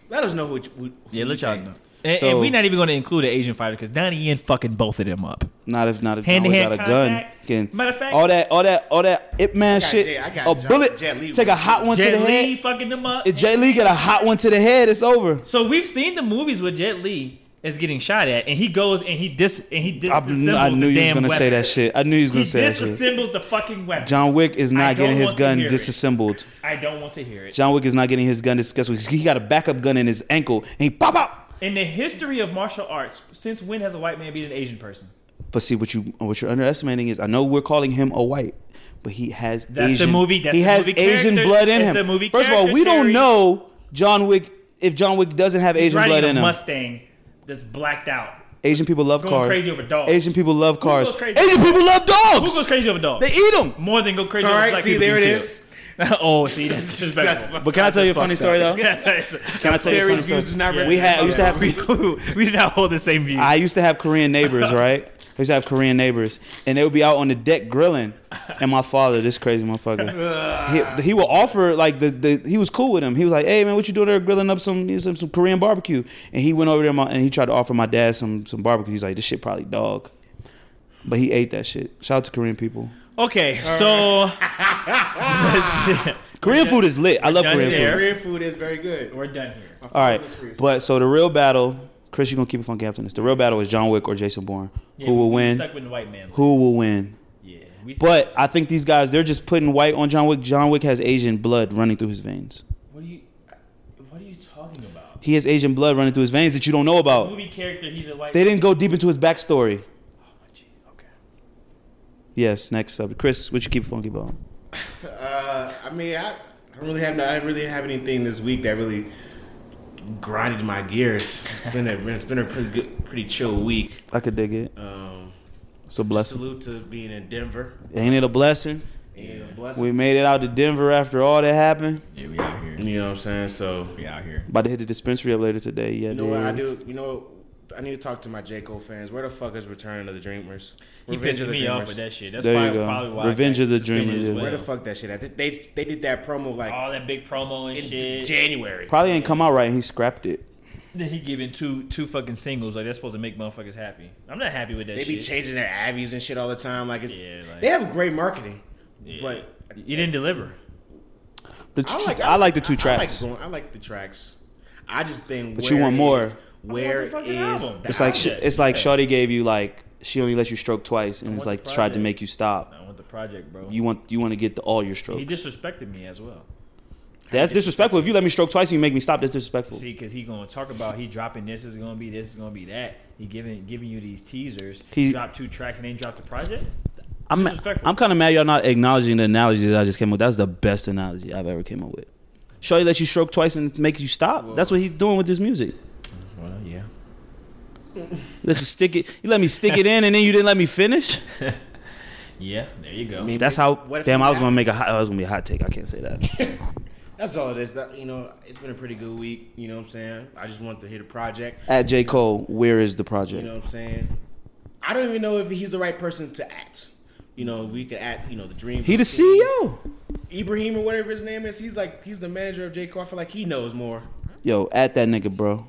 Speaker 5: Let us know who. who
Speaker 4: yeah,
Speaker 5: who
Speaker 4: let
Speaker 5: you
Speaker 4: y'all
Speaker 5: think.
Speaker 4: know. And,
Speaker 3: So-
Speaker 4: we're not even going to include an Asian fighter because Donnie Yen fucking both of them up.
Speaker 3: Not if not if John Wick
Speaker 4: Hand-to-hand
Speaker 3: got a gun.
Speaker 4: contact.
Speaker 3: Again,
Speaker 4: Matter of fact-
Speaker 3: all that all that all that Ip Man
Speaker 5: got
Speaker 3: shit.
Speaker 5: Jay- I got
Speaker 3: a
Speaker 5: John-
Speaker 3: bullet.
Speaker 5: Jet Li
Speaker 3: take a
Speaker 5: with
Speaker 3: hot one to
Speaker 4: Jet
Speaker 3: the head.
Speaker 4: Li fucking them up.
Speaker 3: If Jay Lee get a hot one to the head, it's over.
Speaker 4: so we've seen the movies where Jet Li is getting shot at, and he goes and he dis and he
Speaker 3: I,
Speaker 4: disassembles
Speaker 3: I knew
Speaker 4: the
Speaker 3: you was
Speaker 4: damn
Speaker 3: gonna
Speaker 4: weapon.
Speaker 3: say that shit. I knew you was
Speaker 4: He
Speaker 3: gonna say that shit.
Speaker 4: disassembles the fucking weapon.
Speaker 3: John Wick is
Speaker 4: I
Speaker 3: not getting
Speaker 4: don't
Speaker 3: his
Speaker 4: want to
Speaker 3: gun
Speaker 4: hear it.
Speaker 3: disassembled.
Speaker 4: I don't want to hear it.
Speaker 3: John Wick is not getting his gun disassembled. He got a backup gun in his ankle and he pop out.
Speaker 4: In the history of martial arts, since when has a white man beat an Asian person?
Speaker 3: But see what you what you're underestimating is I know we're calling him a white, but he has
Speaker 4: That's the
Speaker 3: Asian.
Speaker 4: movie- that's
Speaker 3: he
Speaker 4: the
Speaker 3: has
Speaker 4: movie
Speaker 3: Asian
Speaker 4: character-
Speaker 3: blood in
Speaker 4: that's
Speaker 3: him.
Speaker 4: the movie
Speaker 3: First of all,
Speaker 4: character,
Speaker 3: we don't
Speaker 4: Terry.
Speaker 3: know John Wick if John Wick doesn't have Asian
Speaker 4: Riding
Speaker 3: blood
Speaker 4: a
Speaker 3: in him.
Speaker 4: Mustang that's blacked out.
Speaker 3: Asian people love
Speaker 4: Going
Speaker 3: cars.
Speaker 4: crazy over dogs.
Speaker 3: Asian people love cars.
Speaker 4: goes crazy?
Speaker 3: Asian people love
Speaker 4: Who goes
Speaker 3: dogs.
Speaker 4: crazy over dogs?
Speaker 3: They eat them.
Speaker 4: More than go crazy.
Speaker 5: All
Speaker 4: over
Speaker 5: right,
Speaker 4: black
Speaker 5: see,
Speaker 4: people
Speaker 5: there it
Speaker 4: getting
Speaker 5: is.
Speaker 4: killed. oh, see, that's disrespectful.
Speaker 3: But can I tell you a funny story though?
Speaker 4: Can
Speaker 3: Can I tell you a funny
Speaker 5: Terry's views do not
Speaker 3: story? We
Speaker 5: represent
Speaker 3: had
Speaker 5: my
Speaker 3: we used to have
Speaker 4: we did not hold the same view.
Speaker 3: I used to have Korean neighbors, right? I used to have Korean neighbors, and they would be out on the deck grilling. And my father, this crazy motherfucker, he, he would offer like the, the he was cool with him. He was like, "Hey man, what you doing there grilling up some some, some Korean barbecue?" And he went over there my, and he tried to offer my dad some some barbecue. He's like, "This shit probably dog," but he ate that shit. Shout out to Korean people.
Speaker 4: okay, so
Speaker 3: Korean food is lit. I love
Speaker 4: done
Speaker 3: Korean
Speaker 4: there.
Speaker 3: food.
Speaker 5: Korean food is very good.
Speaker 4: we're done here.
Speaker 3: All right, but so the real battle, Chris, you gonna keep it funky after this. The real battle is John Wick or Jason Bourne.
Speaker 4: Yeah,
Speaker 3: Who will
Speaker 4: we
Speaker 3: win?
Speaker 4: Stuck with the white man.
Speaker 3: Who will win?
Speaker 4: Yeah, we
Speaker 3: But I think these guys, they're just putting white on John Wick. John Wick has Asian blood running through his veins.
Speaker 4: what are you? What are you talking about?
Speaker 3: He has Asian blood running through his veins that you don't know about.
Speaker 4: Movie character, he's a white. Oh,
Speaker 3: They didn't go deep into his backstory.
Speaker 4: Okay.
Speaker 3: Yes, next subject. Chris, what you keep funky about?
Speaker 5: Uh, I mean, I, I really have not, I really have anything this week that really grinded my gears. It's been a it's been a pretty good, pretty chill week.
Speaker 3: I could dig it.
Speaker 5: Um,
Speaker 3: It's a blessing.
Speaker 5: salute to being in Denver.
Speaker 3: Ain't it a blessing?
Speaker 5: And a blessing.
Speaker 3: We made it out to Denver after all that happened.
Speaker 4: Yeah, we out here.
Speaker 5: you know what I'm saying? So
Speaker 4: We out here.
Speaker 3: About to hit the dispensary up later today. Yeah,
Speaker 5: you know what I
Speaker 3: dude.
Speaker 5: do? You know I need to talk to my J Cole fans. Where the fuck is Return of the Dreamers?
Speaker 4: He pissed me off with that shit. That's
Speaker 3: There you
Speaker 4: probably,
Speaker 3: go.
Speaker 4: probably why. I
Speaker 3: Revenge
Speaker 4: got
Speaker 3: of the
Speaker 4: suspended
Speaker 3: Dreamers,
Speaker 4: as
Speaker 3: yeah.
Speaker 4: well.
Speaker 5: Where the fuck that shit Oh, at? They they- they did that promo like
Speaker 4: All that big promo and
Speaker 5: in
Speaker 4: shit.
Speaker 5: January.
Speaker 3: Probably ain't come out right and he scrapped it.
Speaker 4: Then he giving two two fucking singles like that's supposed to make motherfuckers happy. I'm not happy with that
Speaker 5: They be
Speaker 4: shit.
Speaker 5: changing their Abbeys and shit all the time. Like it's
Speaker 4: Yeah, like-
Speaker 5: they have great marketing,
Speaker 4: Yeah.
Speaker 5: but
Speaker 4: you didn't deliver.
Speaker 3: The tr- I, like, the two tracks.
Speaker 5: I like, going- I like the tracks. I just think.
Speaker 3: But you
Speaker 5: where
Speaker 3: want more.
Speaker 5: is- Where
Speaker 4: I
Speaker 5: is?
Speaker 4: want the fucking album.
Speaker 5: the
Speaker 3: it's like sh-
Speaker 4: Yeah,
Speaker 3: it's like
Speaker 4: yeah.
Speaker 3: Shawty gave you like she only let you stroke twice and it's
Speaker 4: want
Speaker 3: like
Speaker 4: the
Speaker 3: tried to
Speaker 4: project.
Speaker 3: make you stop.
Speaker 4: I want the project, bro.
Speaker 3: You want you want to get the, all your strokes.
Speaker 4: he disrespected me as well.
Speaker 3: That's disrespectful. If you let me stroke twice and you make me stop, that's disrespectful.
Speaker 4: See, because he gonna talk about he dropping this is gonna be this is gonna be that. He giving giving you these teasers.
Speaker 3: He-
Speaker 4: He dropped two tracks and then dropped the project.
Speaker 3: I'm
Speaker 4: disrespectful.
Speaker 3: I'm kind of mad y'all not acknowledging the analogy that I just came up with. That's the best analogy I've ever came up with. Shorty lets you stroke twice and makes you stop. That's what he's doing with this music.
Speaker 4: Well, yeah.
Speaker 3: Let you stick it. You let me stick it in, and then you didn't let me finish.
Speaker 4: Yeah, there you go.
Speaker 5: mean,
Speaker 3: That's how.
Speaker 5: what if
Speaker 3: Damn,
Speaker 5: you
Speaker 3: I was
Speaker 5: have-
Speaker 3: gonna make a hot. I was gonna be a hot take. I can't say that.
Speaker 5: That's all it is. That you know, it's been a pretty good week. You know what I'm saying? I just want to hit a project.
Speaker 3: At J Cole, where is the
Speaker 5: You
Speaker 3: project?
Speaker 5: know what I'm saying? I don't even know if he's the right person to act. You know, we could add, you know, the E dream.
Speaker 3: He the E CEO.
Speaker 5: Ibrahim or whatever his name is. He's like, he's the manager of J. Cole. I feel like he knows more.
Speaker 3: Yo, at that nigga, bro.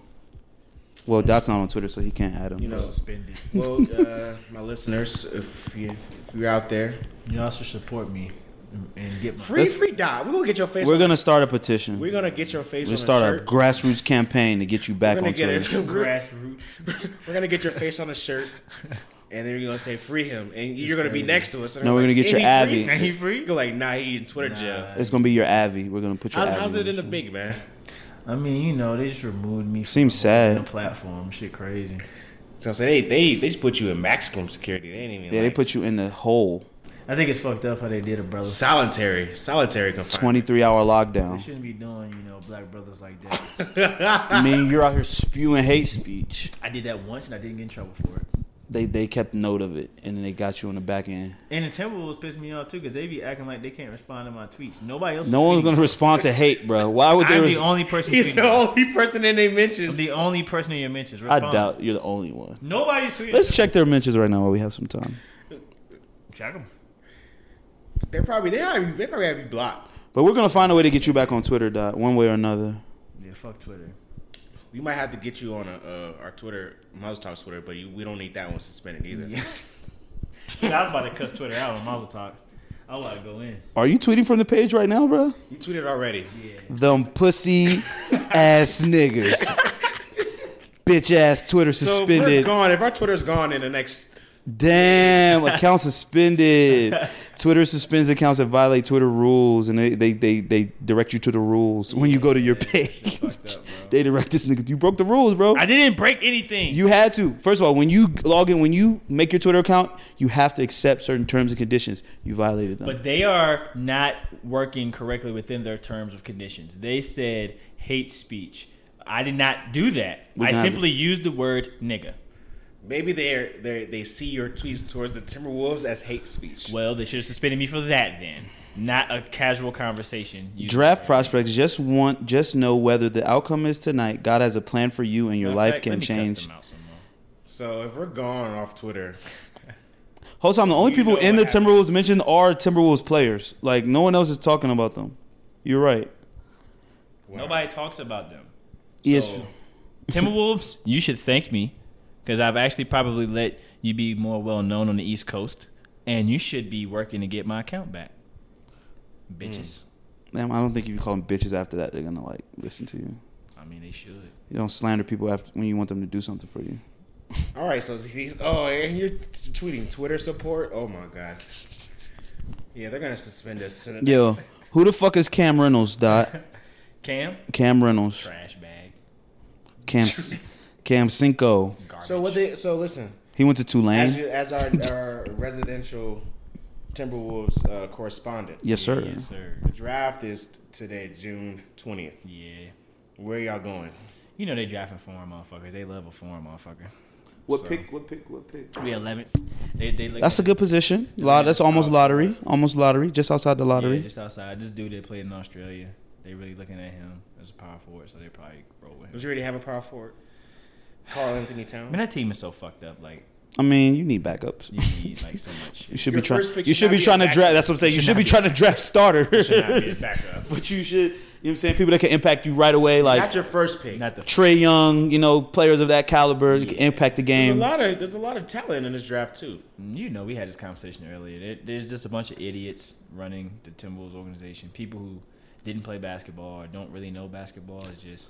Speaker 3: Well, that's not on Twitter, so he can't add him.
Speaker 5: You know,
Speaker 4: Suspended.
Speaker 5: well, uh, my listeners, if you if you're out there,
Speaker 4: You also support me and- and get my.
Speaker 5: free free dot. We're gonna get your face.
Speaker 3: We're gonna start a petition.
Speaker 5: we're
Speaker 3: We're
Speaker 5: gonna get your face.
Speaker 3: gonna
Speaker 5: on
Speaker 3: start
Speaker 5: a
Speaker 3: a
Speaker 5: shirt.
Speaker 3: grassroots campaign to get you
Speaker 5: We're
Speaker 3: back
Speaker 5: gonna
Speaker 3: on
Speaker 5: get
Speaker 3: Twitter.
Speaker 5: it. We're,
Speaker 4: Grassroots.
Speaker 5: we're gonna get your face on a shirt, and then you're gonna say free him, and you're gonna be next to us. And
Speaker 3: No,
Speaker 5: I'm
Speaker 3: we're gonna
Speaker 5: like,
Speaker 3: get your
Speaker 5: "Ain't he free?"
Speaker 3: Abby.
Speaker 4: Ain't he
Speaker 5: You
Speaker 4: free?
Speaker 5: go like, nah, he in Twitter jail.
Speaker 4: Nah.
Speaker 3: It's gonna be your Avi. We're gonna put your
Speaker 5: How's,
Speaker 3: Avi.
Speaker 5: how's
Speaker 3: on
Speaker 5: it in
Speaker 3: this
Speaker 5: the
Speaker 3: shit.
Speaker 5: big man?
Speaker 4: I mean, you know, they just removed me.
Speaker 3: Seems
Speaker 4: from
Speaker 3: sad.
Speaker 4: The platform, shit, crazy.
Speaker 5: So I'm saying they, they they just put you in maximum security. They ain't even
Speaker 3: Yeah, they
Speaker 5: like-
Speaker 3: put you in the hole.
Speaker 4: I think it's fucked up how they did it, brother.
Speaker 5: solitary solitary confinement.
Speaker 3: Twenty-three hour
Speaker 4: They
Speaker 3: lockdown.
Speaker 4: shouldn't be doing, you know, black brothers like that.
Speaker 3: I mean, you're out here spewing hate speech.
Speaker 4: I did that once and I didn't get in trouble for it.
Speaker 3: They they kept note of it, and then they got you on the back end.
Speaker 4: And the Timberwolves pissed me off too because they be acting like they can't respond to my tweets. Nobody else.
Speaker 3: No
Speaker 4: is
Speaker 3: one's
Speaker 4: tweeting.
Speaker 3: gonna respond to hate, bro. Why would they?
Speaker 4: I'm
Speaker 3: res-
Speaker 4: the only person.
Speaker 5: He's
Speaker 4: tweeting.
Speaker 5: the only person in they mentions.
Speaker 4: I'm the only person in your mentions.
Speaker 3: I
Speaker 4: Respond.
Speaker 3: doubt you're the only one.
Speaker 4: Nobody's tweeting.
Speaker 3: Let's check their mentions right now while we have some time.
Speaker 4: check them.
Speaker 5: They're probably they probably, they probably have you blocked.
Speaker 3: But we're gonna find a way to get you back on Twitter, dot one way or another.
Speaker 4: Yeah, fuck Twitter.
Speaker 5: We might have to get you on a, uh, our Twitter, Mouse Talks Twitter, but you, we don't need that one suspended either.
Speaker 4: Yeah. I was about to cuss Twitter out on Mazel Talk. I want to go in.
Speaker 3: Are you tweeting from the page right now, bro?
Speaker 5: You tweeted already.
Speaker 4: Yeah.
Speaker 3: Them pussy ass niggas, bitch ass Twitter
Speaker 5: So if we're
Speaker 3: suspended.
Speaker 5: gone. If our Twitter's gone in the next,
Speaker 3: Damn, account suspended. Twitter suspends accounts that violate Twitter rules, and they they they, they direct you to the rules when you go to your page. they direct this nigga. You broke the rules, bro.
Speaker 4: I didn't break anything.
Speaker 3: You had to. First of all, when you log in, when you make your Twitter account, you have to accept certain terms and conditions. You violated them.
Speaker 4: But they are not working correctly within their terms of conditions. They said hate speech. I did not do that.
Speaker 3: We
Speaker 4: I
Speaker 3: got it.
Speaker 4: simply used the word nigga.
Speaker 5: maybe they they they see your tweets towards the Timberwolves as hate speech.
Speaker 4: Well, they should have suspended me for that then. Not a casual conversation. You-
Speaker 3: Draft prospects just want just know whether the outcome is tonight. God has a plan for you, and your
Speaker 4: Matter of
Speaker 3: life
Speaker 4: fact, let
Speaker 3: can
Speaker 4: me cuss
Speaker 3: change.
Speaker 4: them out some more.
Speaker 5: So if we're gone off Twitter,
Speaker 3: Whole time, the only
Speaker 5: You
Speaker 3: people
Speaker 5: know
Speaker 3: in the
Speaker 5: what happened.
Speaker 3: Timberwolves mentioned are Timberwolves players. Like no one else is talking about them. You're right.
Speaker 5: wow.
Speaker 4: Nobody talks about them.
Speaker 3: ESP.
Speaker 4: So, Timberwolves, you should thank me because I've actually probably let you be more well known on the East Coast, and you should be working to get my account back, bitches.
Speaker 3: Damn, I don't think if you call them bitches after that, they're gonna like listen to you.
Speaker 4: I mean, they should.
Speaker 3: You don't slander people after when you want them to do something for you.
Speaker 5: All right, so he's oh, and you're t- t- tweeting Twitter support. Oh my god. Yeah, they're gonna suspend us.
Speaker 3: Yo, who the fuck is Cam Reynolds? Dot
Speaker 4: Cam,
Speaker 3: Cam Reynolds,
Speaker 4: trash bag,
Speaker 3: Cam Cam Cinco.
Speaker 4: garbage.
Speaker 5: So what they? So listen,
Speaker 3: He went to
Speaker 5: as
Speaker 3: Tulane.
Speaker 5: you, as our, our residential Timberwolves uh, correspondent,
Speaker 3: Yes, sir.
Speaker 4: yes, sir.
Speaker 5: the draft is t- today, June twentieth.
Speaker 4: Yeah,
Speaker 5: Where y'all going?
Speaker 4: you know they drafting foreign motherfuckers. They love a foreign motherfucker.
Speaker 3: What pick? What pick? What pick?
Speaker 4: We 11th. They, they look
Speaker 3: That's a
Speaker 4: at-
Speaker 3: good position. Lot. That's almost lottery. Almost lottery. Just outside the
Speaker 4: Yeah,
Speaker 3: lottery.
Speaker 4: just outside. This dude that played in Australia. They really looking at him as a power forward, so they probably roll with him.
Speaker 5: Does you already have a power forward? Carl Anthony
Speaker 4: I
Speaker 5: Town.
Speaker 4: mean, that team is so fucked up. Like
Speaker 3: I mean, you need backups.
Speaker 4: you need like so much. Shit.
Speaker 3: You should
Speaker 5: Your
Speaker 3: be trying.
Speaker 5: first pick
Speaker 3: You
Speaker 5: should
Speaker 3: should
Speaker 5: not
Speaker 3: be
Speaker 5: be a
Speaker 3: trying to draft.
Speaker 5: backup.
Speaker 3: That's what I'm saying. You should be
Speaker 4: not be
Speaker 3: trying to draft starters.
Speaker 4: should not be a backup.
Speaker 3: But you should. You know what I'm saying? People that can impact you right away, like
Speaker 5: Not your first pick.
Speaker 4: Not the
Speaker 3: Trey Young. You know, players of that caliber that can impact the
Speaker 5: there's a
Speaker 3: game.
Speaker 5: lot of there's a lot of talent in this draft too.
Speaker 4: You know, we had this conversation earlier. There, there's just a bunch of idiots running the Timberwolves organization. People who didn't play basketball or don't really know basketball. It's just,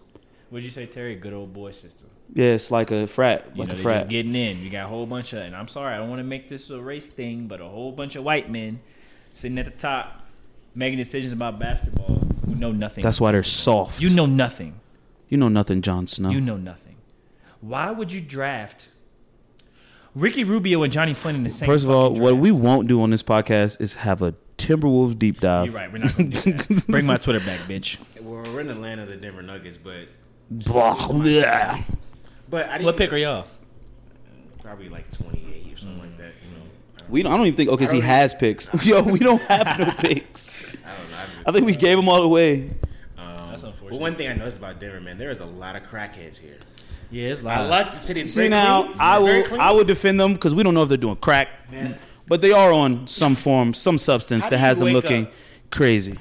Speaker 4: what'd you say, Terry? Good old boy system.
Speaker 3: Yeah, it's like a frat,
Speaker 4: You
Speaker 3: like
Speaker 4: know,
Speaker 3: a
Speaker 4: they're
Speaker 3: frat.
Speaker 4: just getting in. You got a whole bunch of, and I'm sorry, I don't want to make this a race thing, but a whole bunch of white men sitting at the top making decisions about basketball who know nothing.
Speaker 3: That's why they're soft.
Speaker 4: you know nothing.
Speaker 3: You know nothing, Jon Snow.
Speaker 4: You know nothing. Why would you draft Ricky Rubio and Johnny Flynn in the same?
Speaker 3: First of all,
Speaker 4: fucking
Speaker 3: what
Speaker 4: draft?
Speaker 3: we won't do on this podcast is have a Timberwolves deep dive.
Speaker 4: You're right. We're not gonna do that. Bring my Twitter back, bitch.
Speaker 5: Well, we're in the land of the Denver Nuggets, but
Speaker 3: Blah, blah.
Speaker 5: but I didn't
Speaker 4: What pick are y'all?
Speaker 5: probably like twenty eight or something like that. You know.
Speaker 3: We don't, I don't even think OKC has picks. Yo, we don't have no picks.
Speaker 5: I don't know. I-
Speaker 3: I think we gave them all away.
Speaker 5: Um,
Speaker 4: That's unfortunate.
Speaker 5: But one thing I noticed about Denver, man, there is a lot of crackheads here.
Speaker 4: Yeah, it's
Speaker 5: I
Speaker 4: live.
Speaker 5: like the city. It's
Speaker 3: See
Speaker 5: very
Speaker 3: now,
Speaker 5: clean.
Speaker 3: I
Speaker 5: Very
Speaker 3: will
Speaker 5: clean.
Speaker 3: I will defend them because we don't know if they're doing crack. But they are on some form, some substance
Speaker 5: How
Speaker 3: that
Speaker 5: do you
Speaker 3: has them
Speaker 5: wake
Speaker 3: looking
Speaker 5: up?
Speaker 3: crazy.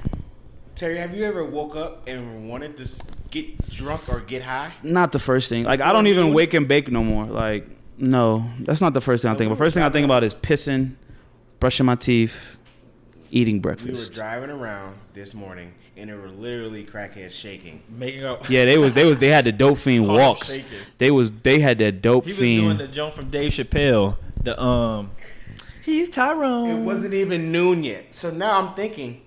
Speaker 5: Terry, have you ever woke up and wanted to s- get drunk or get high?
Speaker 3: Not the first thing. Like I don't even wake and bake no more. Like no, that's not the first thing I think. about. first thing I think about is pissing, brushing my teeth, eating
Speaker 5: We were
Speaker 3: breakfast.
Speaker 5: driving around this morning and there were literally crackheads shaking.
Speaker 4: Making up.
Speaker 3: Yeah, they was they was they had the dope fiend
Speaker 4: Cars
Speaker 3: walks.
Speaker 5: shaking.
Speaker 3: They was they had that dope
Speaker 4: He was doing the
Speaker 3: fiend.
Speaker 4: jump from Dave Chappelle. The um, he's Tyrone.
Speaker 5: It wasn't even noon yet. So now I'm thinking,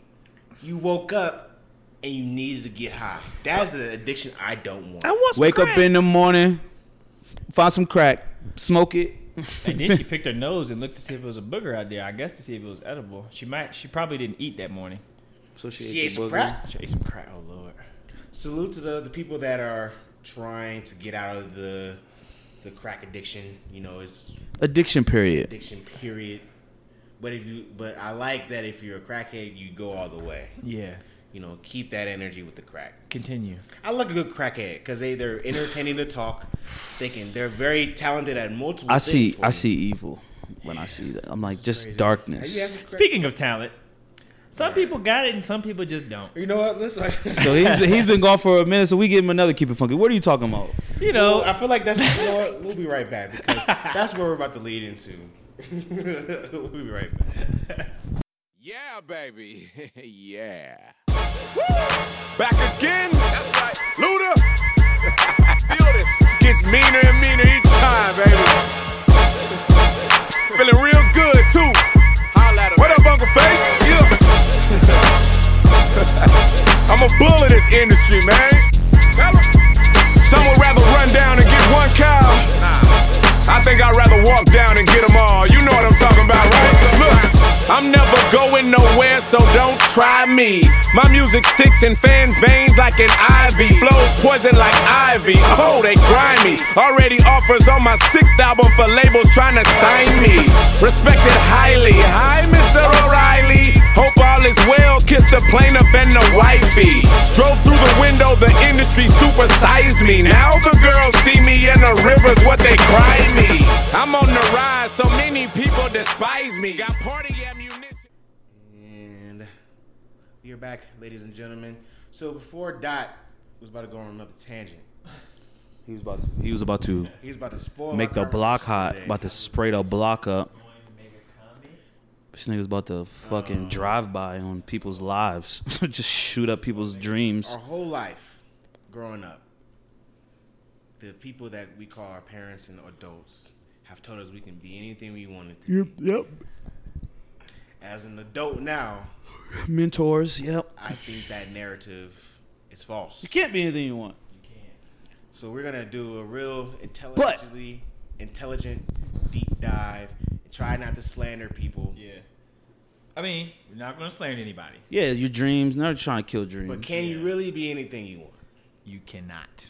Speaker 5: you woke up and you needed to get high. That's the addiction I don't want.
Speaker 4: I want some
Speaker 3: Wake up
Speaker 4: crack.
Speaker 3: in the morning, find some crack, smoke it.
Speaker 4: And then she picked her nose and looked to see if it was a booger out there. I guess to see if it was edible. She might. She probably didn't eat that morning.
Speaker 3: So she,
Speaker 5: She ate some crack.
Speaker 4: She ate some crack. Oh lord.
Speaker 5: Salute to the, the people that are trying to get out of the the crack addiction. You know, it's
Speaker 3: Addiction period.
Speaker 5: addiction period. But if you, but I like that if you're a crackhead, you go all the way.
Speaker 4: Yeah.
Speaker 5: You know, keep that energy with the crack.
Speaker 4: Continue.
Speaker 5: I like a good crackhead because they they're entertaining to talk. They can they're very talented at multiple.
Speaker 3: I
Speaker 5: things
Speaker 3: see
Speaker 5: for
Speaker 3: I
Speaker 5: you.
Speaker 3: see evil when I see that. I'm like just darkness.
Speaker 5: Have you ever crack-
Speaker 4: Speaking of talent, some people got it and some people just don't.
Speaker 5: You know what? Let's.
Speaker 3: So he's, he's been gone for a minute, so we give him another keep it funky. What are you talking about?
Speaker 4: You know.
Speaker 5: I feel like that's. You know what? We'll be right back because that's where we're about to lead into. we'll be right back.
Speaker 1: Yeah, baby. yeah. Back again. That's right. Luda. Feel this. It gets meaner and meaner each time, baby. Feeling real good, too. What up, Uncle Face? Yeah. I'm a bull of this industry, man. Tell 'em. Some would rather run down and get one cow. I think I'd rather walk down and get them all. You know what I'm talking about, right? Look, I'm never going nowhere, so don't try me. My music sticks in fans' veins like an ivy. Flows poison like ivy. Oh, they grimy. Already offers on my sixth album for labels trying to sign me. Respected highly. Hi, Mr. O'Reilly. Hope all is well. Kiss the plaintiff and the wifey. Drove through the window, the industry supersized me. Now the girls see me in the rivers, what they cry me. I'm on the rise, so many people despise me. Got party ammunition.
Speaker 5: And we are back, ladies and gentlemen. So before Dot was about to go on another tangent,
Speaker 3: He was about to, he was about to
Speaker 5: he was about to spoil
Speaker 3: make
Speaker 5: our
Speaker 3: the block hot,
Speaker 5: conversation
Speaker 3: about to spray the block up. This nigga's about to fucking
Speaker 4: Uh.
Speaker 3: drive by on people's lives, just shoot up people's
Speaker 5: today.
Speaker 3: dreams.
Speaker 5: Our whole life, growing up, the people that we call our parents and adults have told us we can be anything we wanted to. be.
Speaker 3: Yep,
Speaker 5: As an adult now,
Speaker 3: mentors. Yep,
Speaker 5: I think that narrative is false.
Speaker 3: you can't be anything you want.
Speaker 5: So we're gonna do a real intelligently intelligent deep dive and try not to slander people.
Speaker 4: Yeah. I mean, we're not gonna slander anybody.
Speaker 3: Yeah, your dreams. Not trying to kill dreams.
Speaker 5: But can you really be anything you want?
Speaker 4: You cannot.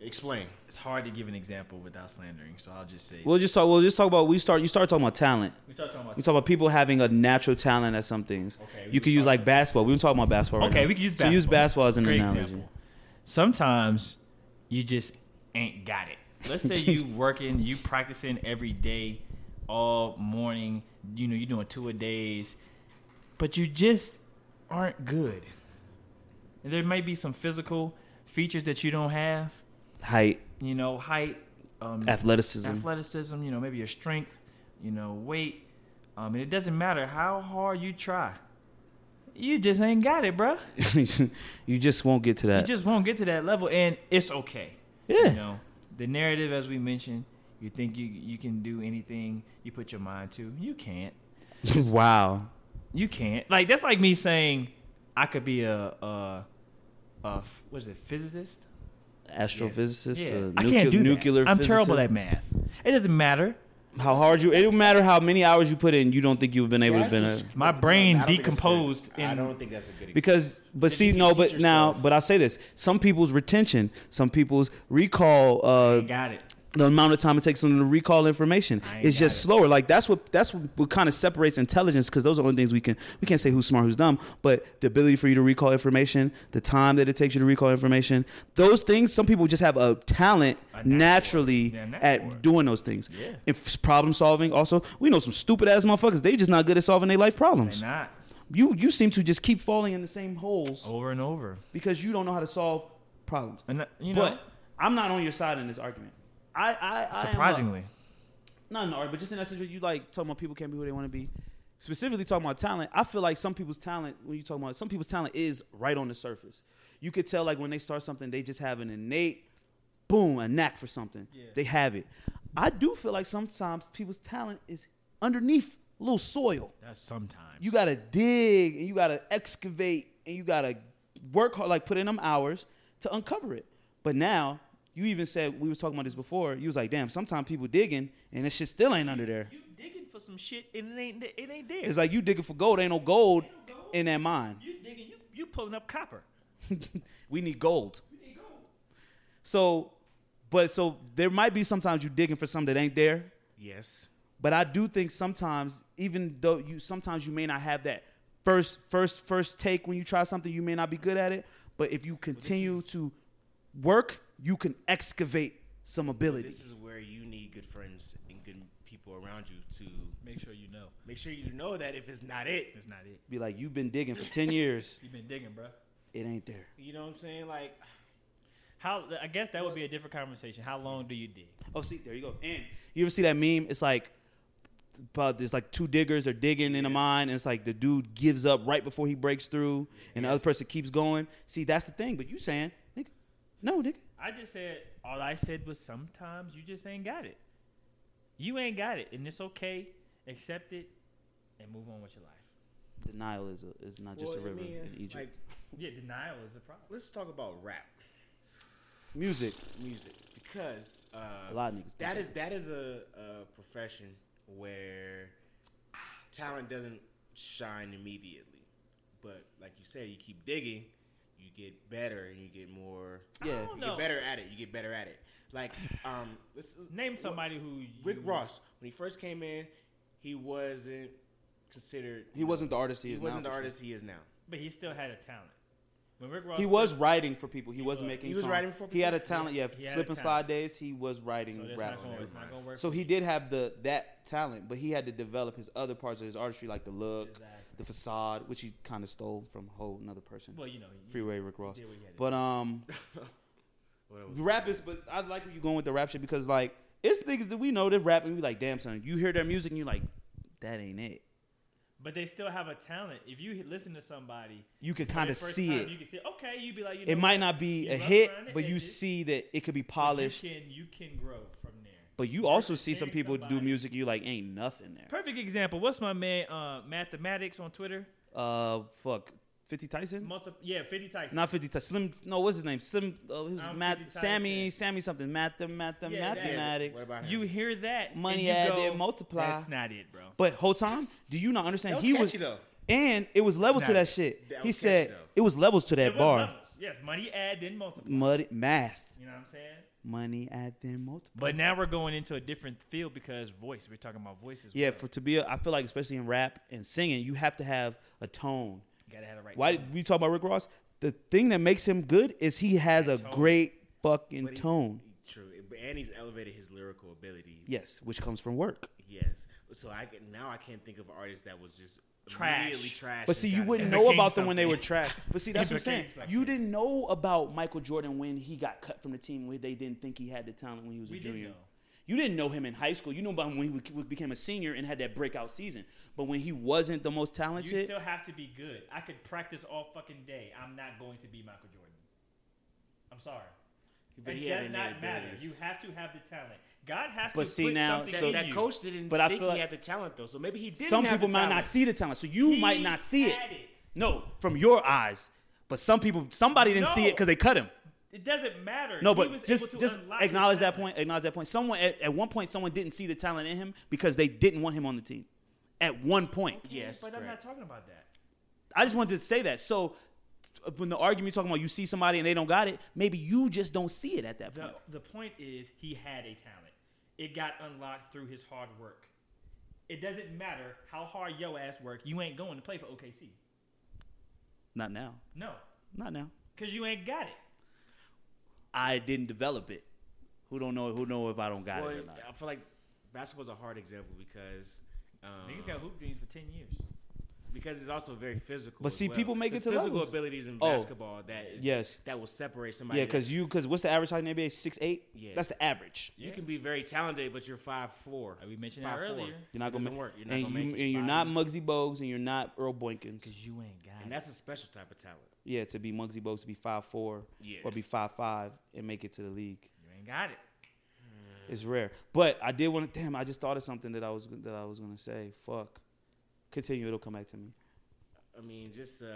Speaker 5: Explain.
Speaker 4: It's hard to give an example without slandering, so I'll just say.
Speaker 3: we'll just talk. We'll just talk about. We start. You start talking about talent.
Speaker 4: we talked about.
Speaker 3: We talk about people having a natural talent at some things.
Speaker 4: Okay, we
Speaker 3: you
Speaker 4: can
Speaker 3: could use
Speaker 4: talk-
Speaker 3: like basketball. We were talking about basketball. right
Speaker 4: Okay,
Speaker 3: now.
Speaker 4: we can use
Speaker 3: So use
Speaker 4: basketball.
Speaker 3: basketball as an
Speaker 4: Great
Speaker 3: analogy.
Speaker 4: example. sometimes you just ain't got it. Let's say you working, you practicing every day, all morning. You know, you doing two a days, but you just aren't good. And there might be some physical features that you don't have.
Speaker 3: Height,
Speaker 4: You know, height, um,
Speaker 3: athleticism.
Speaker 4: athleticism. You know, maybe your strength. You know, weight. Um, and it doesn't matter how hard you try. You just ain't got it, bruh.
Speaker 3: you just won't get to
Speaker 4: You
Speaker 3: that.
Speaker 4: just won't get to that level, and it's okay.
Speaker 3: yeah.
Speaker 4: You know, the narrative, as we mentioned, you think you you can do anything you put your mind to. You can't.
Speaker 3: wow.
Speaker 4: You can't. Like that's like me saying I could be a a, a what is it physicist?
Speaker 3: Astrophysicist.
Speaker 4: Yeah,
Speaker 3: Uh,
Speaker 4: I
Speaker 3: nucle-
Speaker 4: can't do
Speaker 3: nuclear
Speaker 4: that. I'm terrible at
Speaker 3: physicist.
Speaker 4: math. It doesn't matter.
Speaker 3: how hard you. It don't matter how many hours you put in. You don't think you've been able
Speaker 5: That's
Speaker 3: to been
Speaker 5: just-
Speaker 3: a,
Speaker 4: My
Speaker 5: I don't
Speaker 4: brain
Speaker 5: think that's a good-
Speaker 4: decomposed
Speaker 5: I
Speaker 4: in-
Speaker 5: don't think that's a good example.
Speaker 3: because. But see,
Speaker 5: can
Speaker 3: no,
Speaker 5: teach
Speaker 3: but now,
Speaker 5: yourself.
Speaker 3: but I say this: some people's retention, some people's recall, uh,
Speaker 4: Got it.
Speaker 3: the amount of time it takes them to recall information
Speaker 4: ain't
Speaker 3: is
Speaker 4: got
Speaker 3: just slower. Like that's what that's what, what kind of separates intelligence because those are the only things we can we can't say who's smart, who's dumb. But the ability for you to recall information, the time that it takes you to recall information, those things. Some people just have a talent
Speaker 4: natural.
Speaker 3: naturally
Speaker 4: They're natural at
Speaker 3: at
Speaker 4: it.
Speaker 3: doing those things.
Speaker 4: Yeah.
Speaker 3: If it's problem solving, also we know some stupid ass motherfuckers. They just not good at solving their life
Speaker 4: They're
Speaker 3: problems.
Speaker 4: not
Speaker 3: You you seem to just keep falling in the same holes
Speaker 4: over and over.
Speaker 3: because you don't know how to solve problems.
Speaker 4: Oh. And that- you know,
Speaker 3: But I'm not on your side in this argument. I, I, I am, uh,
Speaker 4: surprisingly,
Speaker 3: not in the art, but just in that situation, you like talking about people can't be who they want to be. Specifically talking about talent, I feel like some people's talent when you talk about some people's talent is right on the surface. You could tell like when they start something, they just have an innate boom, a knack for something. They have it. I do feel like sometimes people's talent is underneath a little soil.
Speaker 4: that's sometimes
Speaker 3: You gotta dig and you gotta excavate and you gotta work hard, like put in them hours to uncover it. But now you even said we was talking about this before. You was like, damn, sometimes people digging and that shit still ain't under there.
Speaker 4: you digging for some shit and it ain't it ain't there.
Speaker 3: It's like you digging for gold, ain't no gold in that mine.
Speaker 4: you digging, you you pulling up copper.
Speaker 3: we need gold. So, but so there might be sometimes you digging for something that ain't there.
Speaker 5: Yes.
Speaker 3: But I do think sometimes, even though you sometimes you may not have that first first first take when you try something, you may not be good at it. But if you continue to work, you can excavate some ability.
Speaker 5: This is where you need good friends and good people around you to
Speaker 4: Make sure you know
Speaker 5: make sure you know that if it's not it,
Speaker 4: it's not it.
Speaker 3: be like you've been digging for ten years,
Speaker 4: You've been digging, bro.
Speaker 3: it ain't there.
Speaker 5: you know what I'm saying? Like,
Speaker 4: How I guess that would be a different conversation. How long do you dig?
Speaker 3: Oh, see, there you go. And you ever see that meme? It's like about there's like two diggers are digging in a mine, and it's like the dude gives up right before he breaks through, and the other person keeps going. See, that's the thing. But you saying, nigga, no, nigga,
Speaker 4: I just said all I said was sometimes you just ain't got it. You ain't got it, and it's okay. Accept it and move on with your life.
Speaker 3: denial is a, is not just
Speaker 5: well,
Speaker 3: a
Speaker 5: I
Speaker 3: river
Speaker 5: mean,
Speaker 3: in Egypt.
Speaker 5: like,
Speaker 4: Yeah, denial is a problem.
Speaker 5: let's talk about rap
Speaker 3: Music.
Speaker 5: music because uh,
Speaker 3: A lot of niggas.
Speaker 5: that is that is a, a profession where talent doesn't shine immediately, but like you said, you keep digging, you get better, and you get more.
Speaker 3: Yeah.
Speaker 4: don't
Speaker 5: You
Speaker 4: No.
Speaker 5: get better at it. You get better at it. Like, um, let's,
Speaker 4: Name somebody who you,
Speaker 5: Rick Ross, when he first came in, he wasn't considered.
Speaker 3: He wasn't the artist he
Speaker 5: He
Speaker 3: is
Speaker 5: wasn't
Speaker 3: now,
Speaker 5: the
Speaker 3: for
Speaker 5: artist he is now.
Speaker 4: but he still had a talent. When Rick Ross
Speaker 3: He was writing for people. He, was,
Speaker 4: was.
Speaker 3: not making.
Speaker 5: He was
Speaker 3: songs.
Speaker 5: writing for
Speaker 3: He had a
Speaker 5: people?
Speaker 3: talent. Yeah,
Speaker 4: He had a
Speaker 3: slip and slide
Speaker 4: talent.
Speaker 3: days. He was writing
Speaker 4: so "Oh, that's
Speaker 3: rap.
Speaker 4: not gonna, it's not gonna work.
Speaker 3: So
Speaker 4: for
Speaker 3: he
Speaker 4: you.
Speaker 3: did have the that talent, but he had to develop his other parts of his artistry, like the look,
Speaker 4: Exactly.
Speaker 3: the facade, which he kind of stole from a whole another person.
Speaker 4: Well, you know, you-
Speaker 3: Freeway Rick Ross.
Speaker 4: did what he had to
Speaker 3: But um,
Speaker 5: Whatever.
Speaker 3: rap is. But I like where you going with the rap shit because like it's niggas that we know that rap and we like, damn son, you hear their music and you like, that ain't it.
Speaker 4: But they still have a talent. If you h- listen to somebody,
Speaker 3: You can
Speaker 4: for
Speaker 3: kind
Speaker 4: the
Speaker 3: of
Speaker 4: first
Speaker 3: see
Speaker 4: time,
Speaker 3: it.
Speaker 4: You can see, okay, you'd be like, you know
Speaker 3: It might not be a
Speaker 4: You rough
Speaker 3: hit,
Speaker 4: around the
Speaker 3: but you
Speaker 4: edges,
Speaker 3: see that it could be
Speaker 4: but
Speaker 3: polished.
Speaker 4: You can, you can grow from there.
Speaker 3: But you also
Speaker 4: versus
Speaker 3: see some
Speaker 4: hearing
Speaker 3: people do
Speaker 4: somebody-
Speaker 3: music you like ain't nothing there.
Speaker 4: Perfect example. What's my man, uh, Mathematics on Twitter?
Speaker 3: Uh, fuck, Fifty Tyson.
Speaker 4: Multi- yeah, 50 Tyson.
Speaker 3: Not 50 Tyson. Slim. No, what's his name? Slim. Uh, he was
Speaker 4: I'm
Speaker 3: math.
Speaker 4: 50 Tyson.
Speaker 3: Sammy. Sammy something. Math. Math.
Speaker 4: Yeah, that-
Speaker 3: mathematics.
Speaker 5: What about him?
Speaker 4: you hear that.
Speaker 3: Money
Speaker 4: and you
Speaker 3: added,
Speaker 4: go,
Speaker 3: multiply.
Speaker 4: That's not it, bro.
Speaker 3: but whole time, do you not understand?
Speaker 5: That was
Speaker 3: he
Speaker 5: catchy,
Speaker 3: was.
Speaker 5: though.
Speaker 3: And it was levels to
Speaker 4: Snap.
Speaker 3: that shit.
Speaker 5: That
Speaker 3: he
Speaker 5: was catchy,
Speaker 3: said
Speaker 5: though.
Speaker 3: it was levels to
Speaker 4: There
Speaker 3: that
Speaker 4: was
Speaker 3: bar.
Speaker 4: levels. Yes, money add, then multiply.
Speaker 3: Mud math.
Speaker 4: You know what I'm saying?
Speaker 3: Money add then multiply.
Speaker 4: But now we're going into a different field because voice. We're talking about voices.
Speaker 3: Yeah, for to be, a, I feel like especially in rap and singing, you have to have a tone.
Speaker 4: gotta have the right.
Speaker 3: Why
Speaker 4: tone.
Speaker 3: we talk about Rick Ross? The thing that makes him good is he has a
Speaker 4: That tone.
Speaker 3: great fucking
Speaker 5: But he-
Speaker 3: tone.
Speaker 5: True, and he's elevated his lyrical ability.
Speaker 3: Yes, which comes from work.
Speaker 5: Yes. So I can, now I can't think of artists that was just
Speaker 4: Trash.
Speaker 5: immediately trash.
Speaker 3: But see, you wouldn't
Speaker 4: It
Speaker 3: know
Speaker 4: became
Speaker 3: about them when they were
Speaker 4: something.
Speaker 3: trash. But see, that's
Speaker 4: It
Speaker 3: what I'm saying.
Speaker 4: became something.
Speaker 3: You didn't know about Michael Jordan when he got cut from the team when they didn't think he had the talent when he was a
Speaker 4: We didn't
Speaker 3: junior.
Speaker 4: know.
Speaker 3: You didn't know him in high school. You knew about him when he bec- became a senior and had that breakout season. But when he wasn't the most
Speaker 4: You
Speaker 3: talented,
Speaker 4: still have to be good. I could practice all fucking day. I'm not going to be Michael Jordan. I'm sorry.
Speaker 5: But
Speaker 4: it
Speaker 5: he had
Speaker 4: does
Speaker 5: innate
Speaker 4: not matter.
Speaker 5: abilities.
Speaker 4: You have to have the talent. God has
Speaker 3: But
Speaker 4: to
Speaker 3: see
Speaker 4: put
Speaker 3: now,
Speaker 4: something
Speaker 3: so-
Speaker 4: in
Speaker 5: that
Speaker 4: you.
Speaker 5: coach didn't
Speaker 3: But I
Speaker 5: but think
Speaker 3: feel
Speaker 5: he
Speaker 3: like-
Speaker 5: had the talent though. So maybe he did.
Speaker 3: some people might not see the talent. So you
Speaker 4: He
Speaker 3: might not see it.
Speaker 4: had it.
Speaker 3: No, from your eyes. But some people, somebody didn't see it
Speaker 4: No.
Speaker 3: because they cut him.
Speaker 4: It doesn't matter.
Speaker 3: No,
Speaker 4: He was
Speaker 3: but
Speaker 4: able
Speaker 3: just
Speaker 4: to
Speaker 3: just
Speaker 4: unlock his
Speaker 3: acknowledge that
Speaker 4: talent.
Speaker 3: point. Acknowledge that point. Someone at, at one point, someone didn't see the talent in him because they didn't want him on the team. At one point,
Speaker 5: Yes,
Speaker 4: but I'm not
Speaker 5: correct.
Speaker 4: talking about that.
Speaker 3: I just wanted to say that. So when the argument you're talking about, you see somebody and they don't got it. Maybe you just don't see it at that point.
Speaker 4: The, the point is, he had a talent. It got unlocked through his hard work. It doesn't matter how hard yo ass work. You ain't going to play for OKC.
Speaker 3: Not now.
Speaker 4: No,
Speaker 3: Not now.
Speaker 4: because you ain't got it.
Speaker 3: I didn't develop it. Who don't know? Who know if I don't got
Speaker 5: Well,
Speaker 3: it or not?
Speaker 5: I feel like basketball's a hard example because um,
Speaker 4: Niggas got hoop dreams for ten years.
Speaker 5: because it's also very physical.
Speaker 3: But
Speaker 5: as
Speaker 3: see,
Speaker 5: well.
Speaker 3: people make
Speaker 5: There's
Speaker 3: it to
Speaker 5: physical
Speaker 3: levels.
Speaker 5: abilities in
Speaker 3: Oh,
Speaker 5: basketball that is,
Speaker 3: yes.
Speaker 5: that will separate somebody.
Speaker 3: Yeah,
Speaker 5: that-
Speaker 3: because you because what's the average height in the NBA? Six eight.
Speaker 5: Yeah.
Speaker 3: That's the average.
Speaker 5: you can be very talented, but you're five four.
Speaker 4: Like we mentioned that earlier.
Speaker 3: You're not gonna
Speaker 5: doesn't
Speaker 3: ma-
Speaker 5: work. You're not
Speaker 3: and
Speaker 5: gonna
Speaker 3: you
Speaker 5: make it.
Speaker 3: and you're not Muggsy Bogues and you're not Earl Boykins.
Speaker 4: Because you ain't got
Speaker 5: And
Speaker 4: it.
Speaker 5: that's a special type of talent.
Speaker 3: Yeah, to be Muggsy Bogues to be five four
Speaker 5: Yeah.
Speaker 3: or be five five and make it to the league.
Speaker 4: You ain't got it.
Speaker 3: It's rare. But I did want to. Damn, I just thought of something that I was that I was gonna say. Fuck. Continue. It'll come back to me.
Speaker 5: I mean, just uh,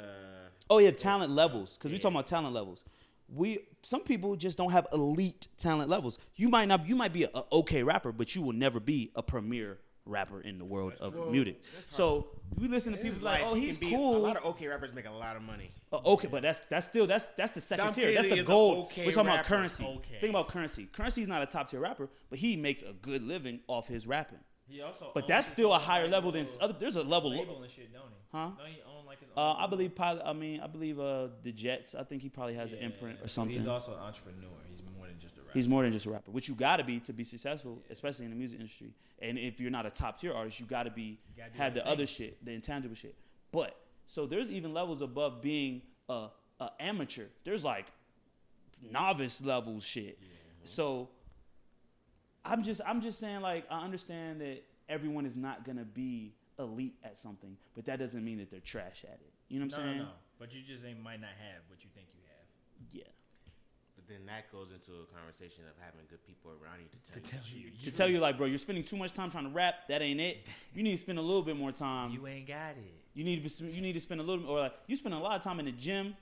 Speaker 3: Oh yeah, talent levels. Because we
Speaker 5: Yeah.
Speaker 3: talking about talent levels. We some people just don't have elite talent levels. You might not. You might be a, a okay rapper, but you will never be a premier rapper in the world of
Speaker 5: Well,
Speaker 3: music.
Speaker 5: that's hard.
Speaker 3: So we listen to
Speaker 5: It
Speaker 3: people
Speaker 5: is
Speaker 3: like,
Speaker 5: life.
Speaker 3: oh,
Speaker 5: You
Speaker 3: he's
Speaker 5: can be-
Speaker 3: cool.
Speaker 5: A lot of okay rappers make a lot of money.
Speaker 3: Uh, okay, but that's that's still that's that's the second
Speaker 5: Dom
Speaker 3: tier. That's
Speaker 5: Kennedy
Speaker 3: the
Speaker 5: is a
Speaker 3: gold.
Speaker 5: okay
Speaker 3: We're talking about
Speaker 5: rapper.
Speaker 3: currency.
Speaker 4: Okay.
Speaker 3: Think about currency. Currency's not a top tier rapper, but he makes a good living off his rapping.
Speaker 4: He also
Speaker 3: But
Speaker 4: owns
Speaker 3: that's
Speaker 4: his
Speaker 3: still a
Speaker 4: own
Speaker 3: higher level than
Speaker 4: label-
Speaker 3: other. There's a level.
Speaker 4: label and shit, don't he?
Speaker 3: Huh?
Speaker 4: Don't he own like his
Speaker 3: Uh,
Speaker 4: own
Speaker 3: I believe pilot. I mean, I believe uh, the Jets. I think he probably has an
Speaker 4: Yeah.
Speaker 3: imprint or
Speaker 4: He's
Speaker 3: something.
Speaker 2: He's
Speaker 3: He's,
Speaker 2: also an entrepreneur. He's more than just a rapper.
Speaker 3: more than just a rapper, which you gotta be to be successful, especially in the music industry. And if you're not a top tier artist, you gotta be
Speaker 4: gotta do
Speaker 3: have the
Speaker 4: other
Speaker 3: other
Speaker 4: things.
Speaker 3: shit, the intangible shit. But so there's even levels above being a, a amateur. There's like novice level shit. So I'm just I'm just saying like I understand that everyone is not gonna be elite at something, but that doesn't mean that they're trash at it. You know what
Speaker 4: No,
Speaker 3: I'm saying?
Speaker 4: no, no. But you just ain't might not have what you think you have.
Speaker 3: Yeah.
Speaker 5: But then that goes into a conversation of having good people around you to tell, you,
Speaker 3: to tell you like, bro, you're spending too much time trying to rap. That ain't it. You need to spend a little bit more time.
Speaker 4: You ain't got it.
Speaker 3: You need to be, sp- you need to spend a little or like you spend a lot of time in the gym.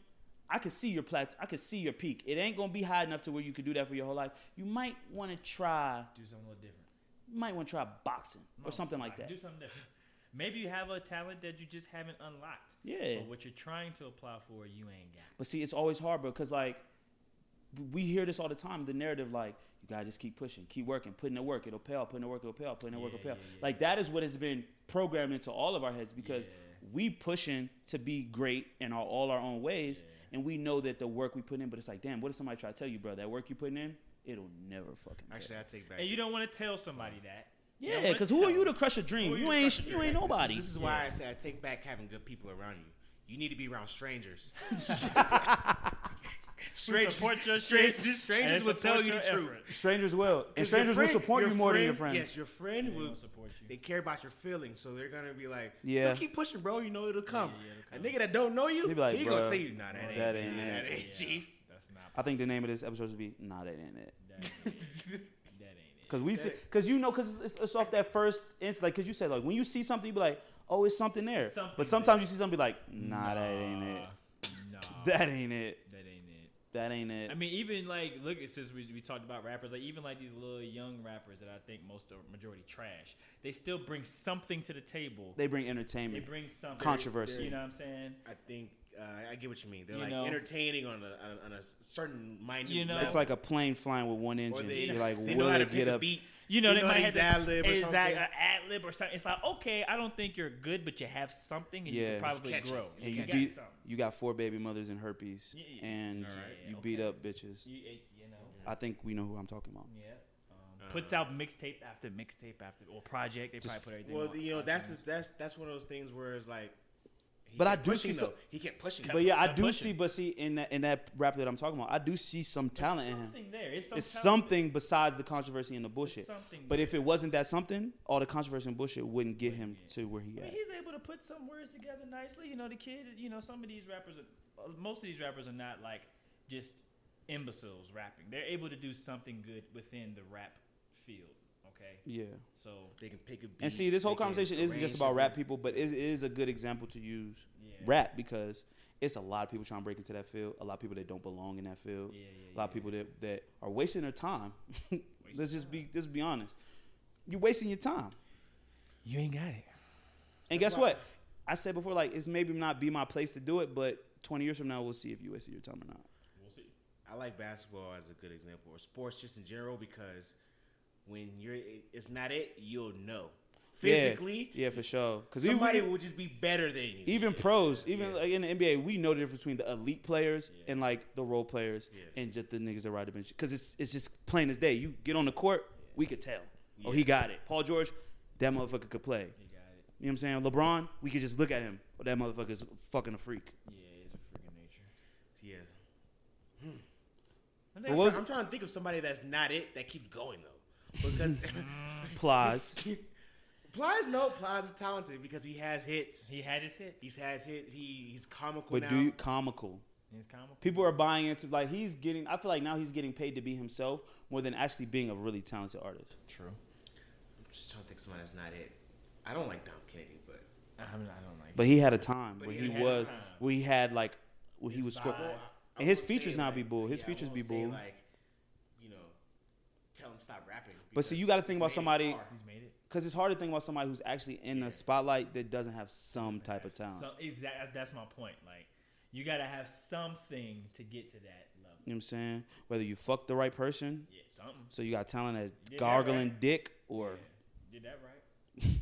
Speaker 3: I could see your plateau. I could see your peak. It ain't gonna be high enough to where you could do that for your whole life. You might want to try.
Speaker 4: Do something a little different.
Speaker 3: You might want to try boxing or something like that.
Speaker 4: Do something different. Maybe you have a talent that you just haven't unlocked.
Speaker 3: Yeah.
Speaker 4: But what you're trying to apply for, you ain't got.
Speaker 3: But see, it's always hard, bro, because like we hear this all the time. The narrative, like you gotta just keep pushing, keep working, putting in the work, it'll pay off. Putting in the work, it'll pay off. Putting in the work,
Speaker 4: Yeah,
Speaker 3: it'll pay off.
Speaker 4: yeah, yeah,
Speaker 3: like that is what has been programmed into all of our heads because
Speaker 4: Yeah.
Speaker 3: we pushing to be great in our, all our own ways, and we know that the work we put in. But it's like, damn, what if somebody try to tell you, bro, that work you putting in, it'll never fucking. pay
Speaker 5: Actually, I
Speaker 3: off.
Speaker 5: take back.
Speaker 4: And you don't want to tell somebody that. You don't
Speaker 3: yeah,
Speaker 4: wanna
Speaker 3: because who are
Speaker 4: tell
Speaker 3: you to
Speaker 4: them.
Speaker 3: crush a
Speaker 4: Who
Speaker 3: dream?
Speaker 4: are
Speaker 3: You
Speaker 4: you to
Speaker 3: ain't
Speaker 4: crush a
Speaker 3: you ain't
Speaker 4: dream?
Speaker 3: nobody.
Speaker 5: This is why I say I take back having good people around you. You need to be around strangers. strangers,
Speaker 4: support your shit,
Speaker 5: strangers, strangers
Speaker 4: and
Speaker 5: will tell
Speaker 4: support
Speaker 5: you the
Speaker 4: your
Speaker 5: truth.
Speaker 4: effort.
Speaker 3: Strangers will, and
Speaker 5: Because your
Speaker 3: strangers will
Speaker 5: friend-
Speaker 3: support you more than your
Speaker 5: friend-
Speaker 3: friends.
Speaker 5: Yes, your friend will
Speaker 4: gonna support you.
Speaker 5: They care about your feelings, so they're gonna be like,
Speaker 3: Yeah.
Speaker 5: "Yo, keep pushing, bro. You know it'll come."
Speaker 4: yeah, it'll
Speaker 5: A nigga that don't know you,
Speaker 3: They be like,
Speaker 5: he
Speaker 3: "Bruh,
Speaker 5: gonna tell you, "Nah, that ain't,
Speaker 3: that
Speaker 5: it.
Speaker 3: ain't
Speaker 5: Nah,
Speaker 3: it."
Speaker 5: that ain't chief."
Speaker 4: That's not.
Speaker 3: I think the name of this episode should be "Nah, that ain't it."
Speaker 4: That ain't it. That ain't it.
Speaker 3: Cause we see, cause you know, cause it's, it's off that first instant. Like, cause you said, like when you see something, you be like, oh, it's something there.
Speaker 4: Something
Speaker 3: but sometimes you see something, be like, nah, that ain't it.
Speaker 4: Nah, that
Speaker 3: That ain't it.
Speaker 4: ain't it.
Speaker 3: That ain't it.
Speaker 4: I mean, even like look at since we, we talked about rappers, like even like these little young rappers that I think most of majority trash, they still bring something to the table. They,
Speaker 3: they bring entertainment.
Speaker 4: bring something
Speaker 3: Controversy.
Speaker 4: You know what I'm saying?
Speaker 5: I think uh, I get what you mean. They're
Speaker 4: You
Speaker 5: like
Speaker 4: know.
Speaker 5: entertaining on a, on a- on a certain minute.
Speaker 4: You know.
Speaker 5: level.
Speaker 3: it's like a plane flying with one engine.
Speaker 5: they,
Speaker 3: You're like,
Speaker 5: they
Speaker 3: will
Speaker 5: know how to
Speaker 3: it
Speaker 5: pick
Speaker 3: get
Speaker 5: a
Speaker 3: up?
Speaker 5: beat.
Speaker 4: You know,
Speaker 5: they
Speaker 4: they
Speaker 5: know how
Speaker 4: might
Speaker 5: to
Speaker 4: have
Speaker 5: use ad lib or
Speaker 4: exact,
Speaker 5: something.
Speaker 4: an ad lib or something. It's like okay, I don't think you're good, but you have something, and
Speaker 3: Yeah.
Speaker 4: you
Speaker 3: It's
Speaker 4: can probably
Speaker 5: catchy.
Speaker 4: grow.
Speaker 5: It's
Speaker 3: And you
Speaker 5: got
Speaker 3: beat,
Speaker 4: something.
Speaker 3: you got four baby mothers and herpes,
Speaker 4: Yeah, yeah.
Speaker 3: and
Speaker 5: Alright.
Speaker 3: you
Speaker 4: Yeah,
Speaker 3: beat
Speaker 4: okay.
Speaker 3: up bitches.
Speaker 4: You, it- you know,
Speaker 3: I think we know who I'm talking about.
Speaker 4: yeah.
Speaker 5: Uh,
Speaker 4: Um, puts out mixtape after mixtape after or project. They
Speaker 3: Just-
Speaker 4: probably put everything.
Speaker 5: Well,
Speaker 4: on
Speaker 5: you know, that's
Speaker 4: iTunes.
Speaker 5: just, that's that's one of those things where it's like. He
Speaker 3: But I
Speaker 5: kept
Speaker 3: do
Speaker 5: pushing,
Speaker 3: see some-
Speaker 5: though. he kept pushing.
Speaker 3: But yeah, I
Speaker 4: Kept
Speaker 3: do
Speaker 4: pushing.
Speaker 3: see. But see, in that in that rapper that I'm talking about, I do see some talent in him.
Speaker 4: something there. It's, some
Speaker 3: It's
Speaker 4: talent.
Speaker 3: something besides the controversy and the bullshit.
Speaker 4: something
Speaker 3: But
Speaker 4: there.
Speaker 3: if it wasn't that something, all the controversy and bullshit wouldn't get him to where he
Speaker 4: I mean,
Speaker 3: at.
Speaker 4: he's able to put some words together nicely. You know, the kid. You know, some of these rappers, are, uh, most of these rappers are not like just imbeciles rapping. They're able to do something good within the rap field. Okay,
Speaker 3: Yeah.
Speaker 4: so
Speaker 5: They can pick a beat.
Speaker 3: And see, this whole
Speaker 5: they can
Speaker 3: conversation isn't
Speaker 5: arrange
Speaker 3: just about rap
Speaker 5: something.
Speaker 3: people, but it is a good example to use
Speaker 4: Yeah.
Speaker 3: rap because it's a lot of people trying to break into that field. A lot of people that don't belong in that field.
Speaker 4: Yeah, yeah,
Speaker 3: a lot of people that, that are wasting their time. Let's just be just be honest. You're wasting your time.
Speaker 4: you ain't got it.
Speaker 3: And guess what? I said before, like it's maybe not be my place to do it, but 20 years from now, we'll see if you wasted your time or not.
Speaker 6: We'll see.
Speaker 5: I like basketball as a good example, or sports just in general, because when you're it's not it, you'll know
Speaker 3: Yeah.
Speaker 5: physically.
Speaker 3: yeah, for sure. Because
Speaker 5: Somebody
Speaker 3: even
Speaker 5: will just be better than you.
Speaker 3: even pros, even
Speaker 5: Yeah.
Speaker 3: like in the NBA, we know the difference between the elite players
Speaker 5: Yeah.
Speaker 3: and like the role players
Speaker 5: Yeah.
Speaker 3: and just the niggas that ride the bench. Because it's it's just plain as day. You get on the court, we could tell. Oh, he
Speaker 5: Yeah.
Speaker 3: got it. Paul George, that motherfucker could play.
Speaker 5: You got it.
Speaker 3: You know what I'm saying? LeBron, we could just look at him. Oh, that motherfucker's fucking a freak.
Speaker 2: Yeah, it's a freaking nature.
Speaker 5: Yeah.
Speaker 4: I
Speaker 3: But
Speaker 4: think
Speaker 3: what was
Speaker 5: I'm trying to think of somebody that's not it that keeps going though, because
Speaker 3: Plies?
Speaker 5: Plies no Plies is talented because he has hits.
Speaker 4: he had his hits.
Speaker 5: He's has hits. He he's comical
Speaker 3: But
Speaker 5: now.
Speaker 3: do you comical?
Speaker 4: He's comical.
Speaker 3: People are buying into like he's getting. I feel like now he's getting paid to be himself more than actually being a really talented artist.
Speaker 4: True.
Speaker 5: I'm just trying to think of somebody that's not it. I don't like Dom Kennedy, but
Speaker 4: I, mean, I don't like.
Speaker 3: But he had a time
Speaker 5: But
Speaker 3: where
Speaker 5: he
Speaker 3: he
Speaker 5: had a
Speaker 3: was,
Speaker 4: time.
Speaker 3: where he had like, where he was
Speaker 5: I- I
Speaker 3: scoring.
Speaker 5: won't
Speaker 3: And his
Speaker 5: say,
Speaker 3: features now
Speaker 5: like-
Speaker 3: be bull. His
Speaker 5: yeah, I
Speaker 3: features be
Speaker 5: won't say,
Speaker 3: bull.
Speaker 5: Like you know, tell him stop rapping.
Speaker 3: But see,
Speaker 5: because
Speaker 3: you gotta think
Speaker 5: he's
Speaker 3: about
Speaker 5: made it
Speaker 3: somebody-
Speaker 5: far.
Speaker 4: He's made it.
Speaker 3: Because it's hard to think about somebody who's actually in the spotlight that doesn't have some type of talent.
Speaker 4: So exactly, that's my point. Like, you gotta have something to get to that level.
Speaker 3: You know what I'm saying? Whether you fuck the right person,
Speaker 4: Yeah, something.
Speaker 3: so you got talent
Speaker 4: Yeah,
Speaker 3: at gargling
Speaker 4: right.
Speaker 3: dick, or
Speaker 4: Yeah, did that right. you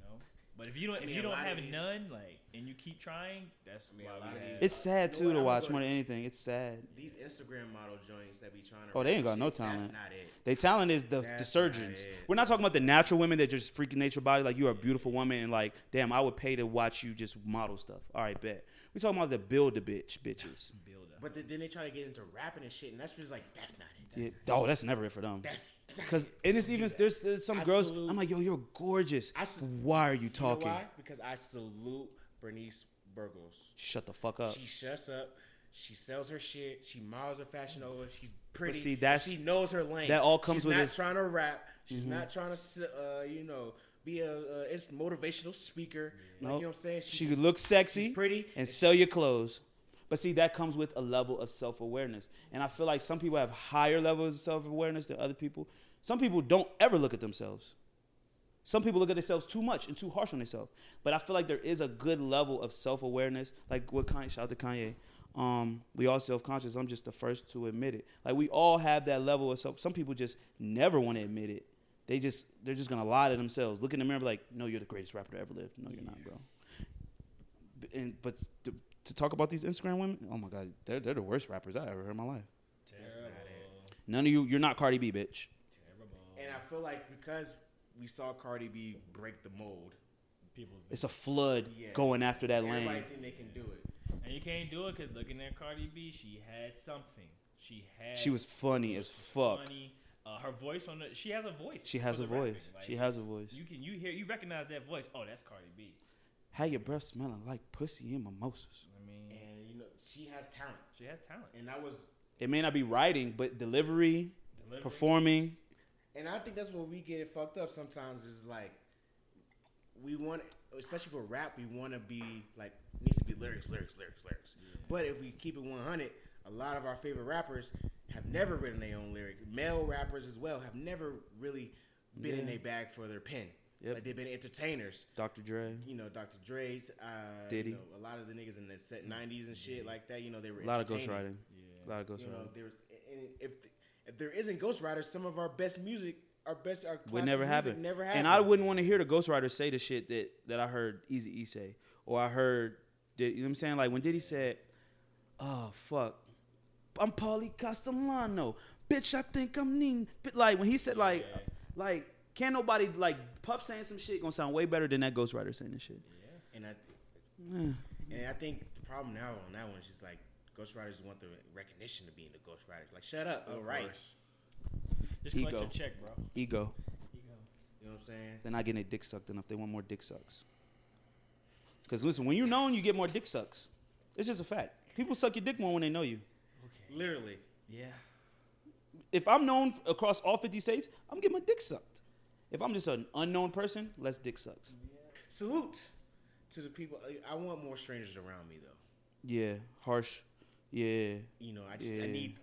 Speaker 4: know. But if you don't,
Speaker 5: I
Speaker 4: if
Speaker 5: mean,
Speaker 4: you
Speaker 5: a
Speaker 4: don't
Speaker 5: lot of
Speaker 4: have
Speaker 5: these-
Speaker 4: none, like, and you keep trying, that's
Speaker 5: mean,
Speaker 4: why
Speaker 5: a
Speaker 4: we
Speaker 5: lot of
Speaker 4: have-
Speaker 5: these-
Speaker 3: it's sad
Speaker 5: You know
Speaker 3: too
Speaker 5: what?
Speaker 3: to
Speaker 5: I'm
Speaker 3: watch
Speaker 5: gonna-
Speaker 3: more than anything. It's sad.
Speaker 5: These Instagram model joints that be trying to.
Speaker 3: Oh, they ain't got no
Speaker 5: rap shit,
Speaker 3: talent.
Speaker 5: That's not it.
Speaker 3: They talent is the, the
Speaker 5: That's
Speaker 3: surgeons.
Speaker 5: not it.
Speaker 3: We're not talking about the natural women that just freaking nature body. Like you are a beautiful woman, and like damn, I would pay to watch you just model stuff. All right, bet. We talking about the build a bitch bitches.
Speaker 4: build up.
Speaker 5: But th- then they try to get into rapping and shit, and that's just like that's not it. That's
Speaker 3: Yeah. Oh, that's never it for them.
Speaker 5: That's not
Speaker 3: Cause
Speaker 5: it.
Speaker 3: and it's
Speaker 5: Don't do
Speaker 3: even
Speaker 5: that.
Speaker 3: there's, there's some
Speaker 5: I
Speaker 3: girls.
Speaker 5: salute-
Speaker 3: I'm like, yo, you're gorgeous.
Speaker 5: I s-
Speaker 3: Why are you
Speaker 5: You know
Speaker 3: talking?
Speaker 5: why? Because I salute Bernice Burgos.
Speaker 3: Shut the fuck up.
Speaker 5: She shuts up. She sells her shit. She models her fashion over. She's pretty.
Speaker 3: see, that's-
Speaker 5: she knows her lane.
Speaker 3: that all comes
Speaker 5: She's
Speaker 3: with
Speaker 5: not
Speaker 3: this- Mm-hmm.
Speaker 5: trying to rap. She's not trying to, s- uh, you know, be a uh, it's motivational speaker.
Speaker 3: Nope.
Speaker 5: Like, You know what I'm saying?
Speaker 3: She could look sexy,
Speaker 5: she's pretty,
Speaker 3: and sell your clothes. But see, that comes with a level of self awareness, and I feel like some people have higher levels of self awareness than other people. Some people don't ever look at themselves. Some people look at themselves too much and too harsh on themselves. But I feel like there is a good level of self awareness. Like what Kanye, shout out to Kanye. Um, we all self conscious. I'm just the first to admit it. Like we all have that level of self. Some people just never want to admit it. They just they're just gonna lie to themselves. Look in the mirror, and be like, no, you're the greatest rapper to ever live. No, you're not, bro. B- And but to, to talk about these Instagram women, oh my god, they're they're the worst rappers I ever heard in my life.
Speaker 5: That's not it.
Speaker 3: None of you, you're not Cardi B, bitch.
Speaker 5: And I feel like because we saw Cardi B break the mold,
Speaker 4: People,
Speaker 3: It's a flood
Speaker 5: Yeah.
Speaker 3: going after that lane.
Speaker 5: everybody think they can do it.
Speaker 4: and you can't do it because looking at Cardi B, she had something. She had.
Speaker 3: She was funny as fuck.
Speaker 4: Funny. Uh, her voice on the. She has a voice.
Speaker 3: She has
Speaker 4: for
Speaker 3: a
Speaker 4: the rapping.
Speaker 3: voice.
Speaker 4: Like,
Speaker 3: She has a voice.
Speaker 4: You can you hear you recognize that voice. Oh, that's Cardi B.
Speaker 3: Had your breath smelling like pussy and mimosas.
Speaker 4: I mean,
Speaker 5: And you know, she has talent.
Speaker 4: she has talent.
Speaker 5: And that was
Speaker 3: It may not be writing, but delivery,
Speaker 4: Delivery.
Speaker 3: performing.
Speaker 5: And I think that's where we get it fucked up sometimes is like we want especially for rap, we wanna be like needs to be lyrics, lyrics, lyrics, lyrics. But if we keep it one hundred, a lot of our favorite rappers have never written their own lyric. Male rappers as well have never really been in
Speaker 3: Yeah.
Speaker 5: their bag for their pen.
Speaker 3: Yep.
Speaker 5: Like they've been entertainers.
Speaker 3: Dr. Dre,
Speaker 5: You know, Dr. Dre's, uh,
Speaker 3: Diddy.
Speaker 5: You know, a lot of the niggas in the set '90s and shit like that. You know, they were
Speaker 3: a lot of
Speaker 5: entertaining
Speaker 3: ghostwriting. A lot of
Speaker 5: you know,
Speaker 3: ghostwriting.
Speaker 5: there's and if if there isn't ghostwriters, some of our best music, our best, our
Speaker 3: Would
Speaker 5: classic
Speaker 3: never
Speaker 5: music
Speaker 3: happen.
Speaker 5: Never happened.
Speaker 3: And I wouldn't want to hear the ghostwriter say the shit that, that I heard Easy E say. Or I heard, Did- you know what I'm saying? Like when Diddy said, oh, fuck, I'm Paulie Castellano. Bitch, I think I'm Ning. But like when he said, like,
Speaker 4: Yeah.
Speaker 3: like, can't nobody, like, Puff saying some shit gonna sound way better than that ghostwriter saying this shit.
Speaker 5: And I and I think the problem now on that one is just like ghostwriters want the recognition of being the ghostwriters. Like, shut up, all right.
Speaker 4: Just collect
Speaker 3: Ego.
Speaker 4: your check, bro.
Speaker 3: Ego.
Speaker 4: Ego.
Speaker 5: You know what I'm saying?
Speaker 3: they're not getting their dick sucked enough. They want more dick sucks. Because listen, when you known, you get more dick sucks. It's just a fact. People suck your dick more when they know you.
Speaker 4: Okay.
Speaker 5: Literally,
Speaker 4: Yeah.
Speaker 3: If I'm known f- across all 50 states, I'm getting my dick sucked. If I'm just an unknown person, less dick sucks.
Speaker 5: salute to the people. I- I want more strangers around me though.
Speaker 3: Yeah, harsh. Yeah.
Speaker 5: You know, I just
Speaker 3: Yeah.
Speaker 5: I need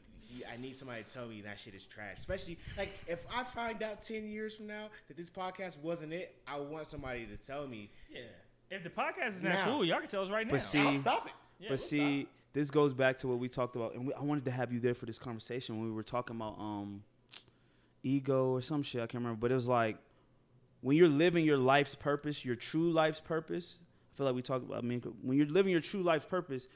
Speaker 5: I need somebody to tell me that shit is trash. Especially like if I find out ten years from now that this podcast wasn't it, I want somebody to tell me
Speaker 4: Yeah. If the podcast is not
Speaker 5: Now.
Speaker 4: cool, y'all can tell us right now.
Speaker 3: But see,
Speaker 5: Stop it.
Speaker 4: Yeah, we'll
Speaker 3: but see, this goes back to what we talked about, and we, I wanted to have you there for this conversation when we were talking about um, ego or some shit. I can't remember, but it was like when you're living your life's purpose, your true life's purpose. I feel like we talked about. I mean, when you're living your true life's purpose,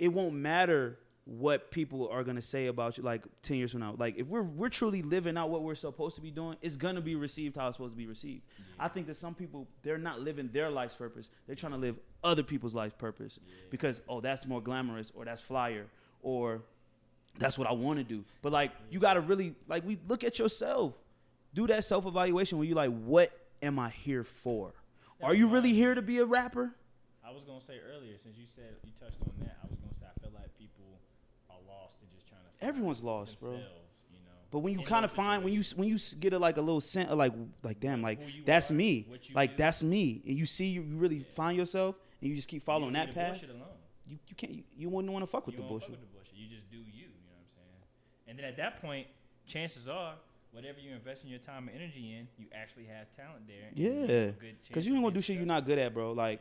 Speaker 3: it won't matter what people are gonna say about you like 10 years from now like if we're we're truly living out what we're supposed to be doing it's gonna be received how it's supposed to be received i think that some people they're not living their life's purpose they're trying to live other people's life purpose because oh that's more glamorous or that's flyer or that's what i want to do but like you gotta really like we look at yourself do that self-evaluation where you like what am i here for are you really here to be a rapper
Speaker 4: I was gonna say earlier, since you said you touched on that, I was gonna say I feel like people are lost and just trying to. find
Speaker 3: Everyone's lost, bro.
Speaker 4: themselves, You know.
Speaker 3: But when you
Speaker 4: in
Speaker 3: kind of
Speaker 4: those
Speaker 3: find when you
Speaker 4: situations.
Speaker 3: when you s- get a, like a little scent of like like damn like
Speaker 4: Who you
Speaker 3: that's
Speaker 4: are,
Speaker 3: me
Speaker 4: what you
Speaker 3: like
Speaker 4: do.
Speaker 3: that's me and you see you really find yourself and you just keep following
Speaker 4: You
Speaker 3: that
Speaker 4: leave the
Speaker 3: path
Speaker 4: bullshit alone.
Speaker 3: you, you can't you, you wouldn't want to fuck with
Speaker 4: you
Speaker 3: the
Speaker 4: don't fuck
Speaker 3: bullshit
Speaker 4: with the bullshit. You just do you. You know what I'm saying? And then at that point, chances are, whatever you're investing your time and energy in, you actually have talent there. and you have
Speaker 3: yeah
Speaker 4: a good chance
Speaker 3: because you ain't
Speaker 4: of
Speaker 3: gonna do
Speaker 4: getting
Speaker 3: shit you're
Speaker 4: stuck.
Speaker 3: not good at bro like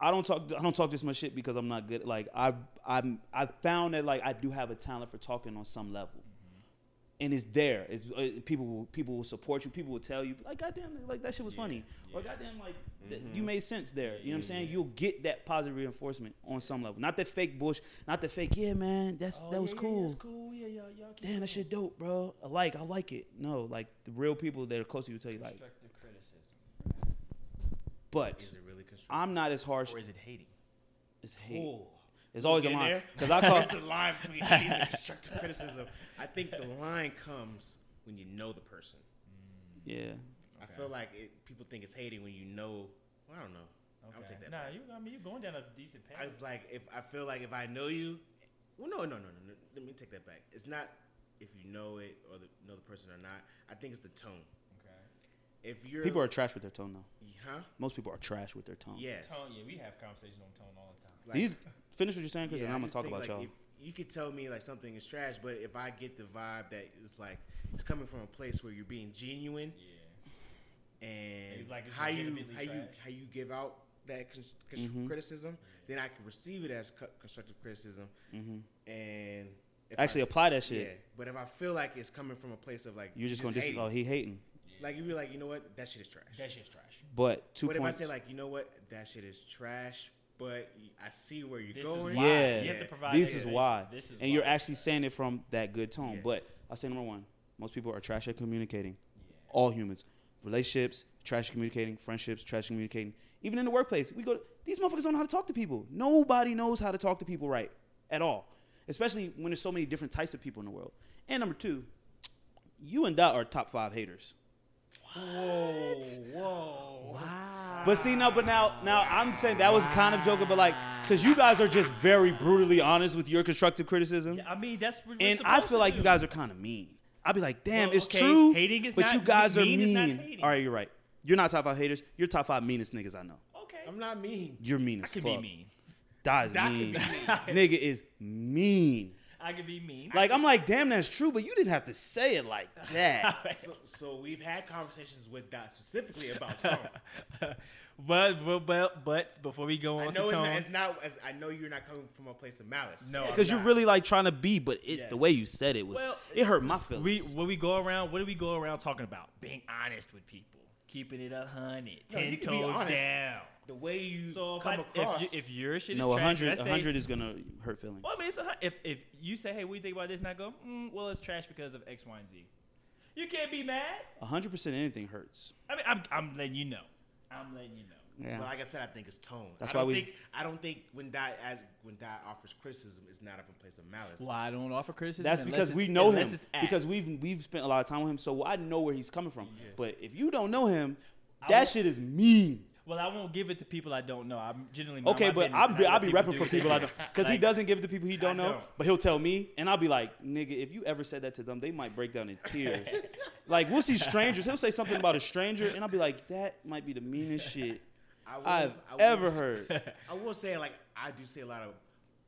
Speaker 3: I don't talk I don't talk this much shit because I'm not good like I I'm I found that like I do have a talent for talking on some level
Speaker 4: Mm-hmm.
Speaker 3: and it's there. It's uh, people will people will support you. People will tell you like, goddamn, like that shit was funny, or goddamn, like th-
Speaker 4: Mm-hmm.
Speaker 3: you made sense there. You know what I'm saying? You'll get that positive reinforcement on some level. Not the fake bush. Not the fake. Yeah, man, that's
Speaker 4: Oh,
Speaker 3: that
Speaker 4: yeah,
Speaker 3: was
Speaker 4: yeah, yeah,
Speaker 3: cool.
Speaker 4: it's cool. Yeah, y'all, y'all keep
Speaker 3: Damn,
Speaker 4: doing
Speaker 3: that shit dope, bro. I like, I like it. No, like the real people that are close to you tell you like,
Speaker 4: constructive criticism.
Speaker 3: but
Speaker 5: Is it really constructive?
Speaker 3: I'm not as harsh
Speaker 4: Or is it hating?
Speaker 3: as hate.
Speaker 5: Ooh.
Speaker 3: It's always a
Speaker 5: Get in
Speaker 3: line
Speaker 5: there.
Speaker 3: because I
Speaker 5: There's
Speaker 3: call.
Speaker 5: the line between hating and constructive criticism. I think the line comes when you know the person.
Speaker 3: yeah,
Speaker 5: I feel like it, people think it's hating when you know. Well, I don't know. I don't
Speaker 4: Okay.
Speaker 5: take that.
Speaker 4: Nah,
Speaker 5: back.
Speaker 4: you. I mean, you're going down a decent
Speaker 5: I
Speaker 4: path.
Speaker 5: was like, if I feel like if I know you, well, no, no, no, no. no let me take that back. It's not if you know it or the, know the person or not. I think it's the tone.
Speaker 4: Okay.
Speaker 5: If you're
Speaker 3: people are trash with their tone though.
Speaker 5: huh?
Speaker 3: Most people are trash with their tone.
Speaker 5: Yes.
Speaker 4: Tone. Yeah, we have conversations on tone all the time.
Speaker 5: Like-
Speaker 3: These finish what you're saying, Chris,
Speaker 5: Yeah,
Speaker 3: and
Speaker 5: I
Speaker 3: I'm gonna
Speaker 5: just
Speaker 3: talk
Speaker 5: think,
Speaker 3: about
Speaker 5: like,
Speaker 3: y'all.
Speaker 5: if- you could tell me like something is trash, but if I get the vibe that it's like it's coming from a place where you're being genuine
Speaker 4: Yeah.
Speaker 5: and
Speaker 4: It's like it's
Speaker 5: how you
Speaker 4: legitimately
Speaker 5: how you
Speaker 4: trash.
Speaker 5: how you give out that con- con-
Speaker 3: Mm-hmm.
Speaker 5: criticism, then I can receive it as co- constructive criticism and if I
Speaker 3: Mm-hmm. Actually
Speaker 5: s-
Speaker 3: apply that shit.
Speaker 5: Yeah, but if I feel like it's coming from a place of like
Speaker 3: You're just gonna dis-
Speaker 5: hating,
Speaker 3: oh he hating.
Speaker 5: like you be like you know what that shit is trash.
Speaker 4: That shit's trash.
Speaker 3: But two
Speaker 5: but if I
Speaker 3: points.
Speaker 5: say like you know what that shit is trash, but I see where you're
Speaker 4: This is
Speaker 5: going.
Speaker 4: why.
Speaker 3: yeah,
Speaker 4: You have to provide
Speaker 3: this is
Speaker 4: expectations.
Speaker 3: why.
Speaker 4: This is
Speaker 3: and you're
Speaker 4: why.
Speaker 3: actually saying it from that good tone.
Speaker 5: Yeah.
Speaker 3: But I'll say number one, most people are trash at communicating. All humans, relationships, trash at communicating, friendships, trash at communicating. Even in the workplace, we go. To, these motherfuckers don't know how to talk to people. Nobody knows how to talk to people right at all, especially when there's so many different types of people in the world. And number two, you and Dot are top five haters.
Speaker 5: Whoa, whoa.
Speaker 3: But see, no, but now, now I'm saying that was kind of joking, but like, because you guys are just very brutally honest with your constructive criticism,
Speaker 4: Yeah, I mean, that's what we're
Speaker 3: and I
Speaker 4: supposed to
Speaker 3: feel like you
Speaker 4: do.
Speaker 3: guys are kind of mean. I'd be like, damn,
Speaker 4: Well,
Speaker 3: it's
Speaker 4: okay,
Speaker 3: true,
Speaker 4: hating is
Speaker 3: but
Speaker 4: not-
Speaker 3: you guys are
Speaker 4: mean is not
Speaker 3: mean.
Speaker 4: hating.
Speaker 3: All right, you're right. You're not top five haters. You're top five meanest niggas I know.
Speaker 4: Okay.
Speaker 5: I'm not mean.
Speaker 3: You're mean
Speaker 4: I
Speaker 3: as
Speaker 4: can
Speaker 3: fuck.
Speaker 4: be mean.
Speaker 3: Dot is
Speaker 5: Dot
Speaker 3: mean.
Speaker 5: can
Speaker 3: Nigga is mean.
Speaker 4: I can be mean.
Speaker 3: Like I'm like, damn, that's true, but you didn't have to say it like that.
Speaker 5: So, so we've had conversations with Dot specifically about tone.
Speaker 4: but, but but but before we go
Speaker 5: I
Speaker 4: on
Speaker 5: know
Speaker 4: to
Speaker 5: it's
Speaker 4: tone,
Speaker 5: not, it's not as I know you're not coming from a place of malice.
Speaker 4: No, I'm
Speaker 3: Because you're
Speaker 4: not.
Speaker 3: really like trying to be, but it's
Speaker 4: Yes.
Speaker 3: the way you said it was.
Speaker 4: Well,
Speaker 3: it hurt my feelings.
Speaker 4: we when we go around, what do we go around talking about? Being honest with people, keeping it a hundred,
Speaker 5: No,
Speaker 4: ten
Speaker 5: you can be
Speaker 4: toes
Speaker 5: honest.
Speaker 4: down.
Speaker 5: the way you
Speaker 4: So if,
Speaker 5: come
Speaker 4: I,
Speaker 5: across.
Speaker 4: if, you, if your shit is
Speaker 3: no,
Speaker 4: trash,
Speaker 3: 100,
Speaker 4: let's say-
Speaker 3: 100 is gonna hurt feelings.
Speaker 4: Well, I mean, it's a, hun- if if you say, hey, what do you think about this? And I go, mm, well, it's trash because of X, Y, and Z. You can't be mad.
Speaker 3: hundred percent anything hurts.
Speaker 4: I mean, I'm, I'm letting you know. I'm letting you know.
Speaker 5: but like I said, I think it's tone.
Speaker 3: That's
Speaker 5: I don't
Speaker 3: why we-
Speaker 5: Think, I don't think when Dot as when Dot offers criticism, it's not from a place of malice.
Speaker 4: Well, I don't offer criticism.
Speaker 3: That's because we know him. Because we've we've spent a lot of time with him, so I know where he's coming from. But if you don't know him, that
Speaker 4: will-
Speaker 3: shit is mean.
Speaker 4: well, I won't give it to people I don't know. I'm generally mind
Speaker 3: Okay,
Speaker 4: my
Speaker 3: but
Speaker 4: business
Speaker 3: I'll
Speaker 4: and
Speaker 3: be
Speaker 4: I
Speaker 3: I'll
Speaker 4: let
Speaker 3: be repping
Speaker 4: do
Speaker 3: for
Speaker 4: what
Speaker 3: people
Speaker 4: they
Speaker 3: I
Speaker 4: do.
Speaker 3: don't because he
Speaker 4: Like,
Speaker 3: doesn't give it to people he don't
Speaker 4: I
Speaker 3: know,
Speaker 4: don't.
Speaker 3: but he'll tell me, and I'll be like, nigga, if you ever said that to them, they might break down in tears. like we'll see strangers, he'll say something about a stranger, and I'll be like, that might be the meanest shit
Speaker 5: I will-
Speaker 3: I've
Speaker 5: I will-
Speaker 3: ever heard.
Speaker 5: I will say like I do say a lot of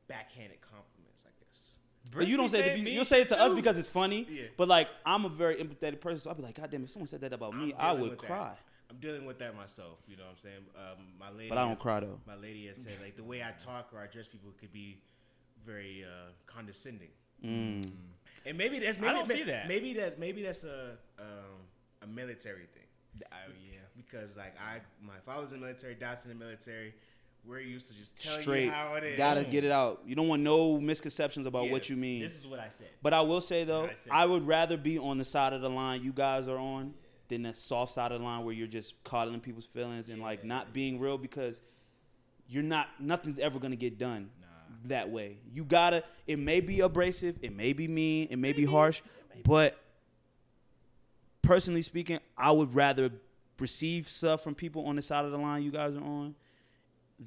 Speaker 5: backhanded compliments. I guess.
Speaker 3: But you don't say it to
Speaker 4: said
Speaker 3: be,
Speaker 4: mean
Speaker 3: you'll say it to
Speaker 4: shit
Speaker 3: us
Speaker 4: too.
Speaker 3: because it's funny.
Speaker 5: Yeah.
Speaker 3: But like I'm a very empathetic person, so I'll be like, God damn, if someone said that about me,
Speaker 5: I'm
Speaker 3: I
Speaker 5: dealing
Speaker 3: would
Speaker 5: with that.
Speaker 3: cry.
Speaker 5: I'm dealing with that myself. You know what I'm saying? Um, my lady,
Speaker 3: But I don't
Speaker 5: has-
Speaker 3: cry, though.
Speaker 5: My lady has said like the way I talk or I dress people could be very uh, condescending.
Speaker 3: Mm.
Speaker 5: Mm. And maybe that's maybe
Speaker 4: don't
Speaker 5: ma-
Speaker 4: see that.
Speaker 5: Maybe that maybe that's a um, a military thing
Speaker 4: Oh yeah.
Speaker 5: because like I my father's in the military, dad's in the military. We're used to just telling
Speaker 3: Straight.
Speaker 5: you how it is.
Speaker 3: Gotta get it out. You don't want no misconceptions about what
Speaker 5: Yes.
Speaker 3: you mean.
Speaker 4: This is what I said.
Speaker 3: But I will say though,
Speaker 4: I see.
Speaker 3: I would rather be on the side of the line you guys are on than the soft side of the line where you're just coddling people's feelings and like not being real because you're not nothing's ever gonna get done that way. You gotta it may be abrasive, it may be mean, it may be harsh, but personally speaking, I would rather receive stuff from people on the side of the line you guys are on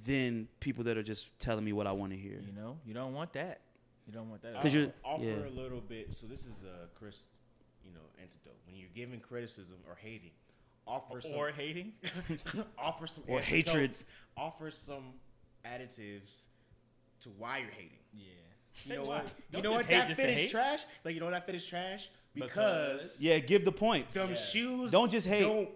Speaker 3: than people that are just telling me what I want to hear.
Speaker 4: You know, you don't want that. You don't want that. at
Speaker 3: 'Cause
Speaker 4: all.
Speaker 3: you're-
Speaker 5: I'll offer
Speaker 3: yeah.
Speaker 5: a little bit. So this is a Chris, you know, antidote. When you're giving criticism or hating, offer some
Speaker 4: or hating.
Speaker 5: offer some
Speaker 3: Or
Speaker 5: antidotes,
Speaker 3: hatreds.
Speaker 5: Offer some additives to why you're hating.
Speaker 4: Yeah.
Speaker 5: You know
Speaker 4: Don't
Speaker 5: what?
Speaker 4: just
Speaker 5: You know what?
Speaker 4: hate
Speaker 5: That
Speaker 4: just to
Speaker 5: fit is
Speaker 4: hate.
Speaker 5: trash. Like you know what? That fit is trash
Speaker 4: Because-
Speaker 5: because
Speaker 3: Yeah, give the points.
Speaker 5: them shoes
Speaker 3: Don't just hate.
Speaker 5: Don't,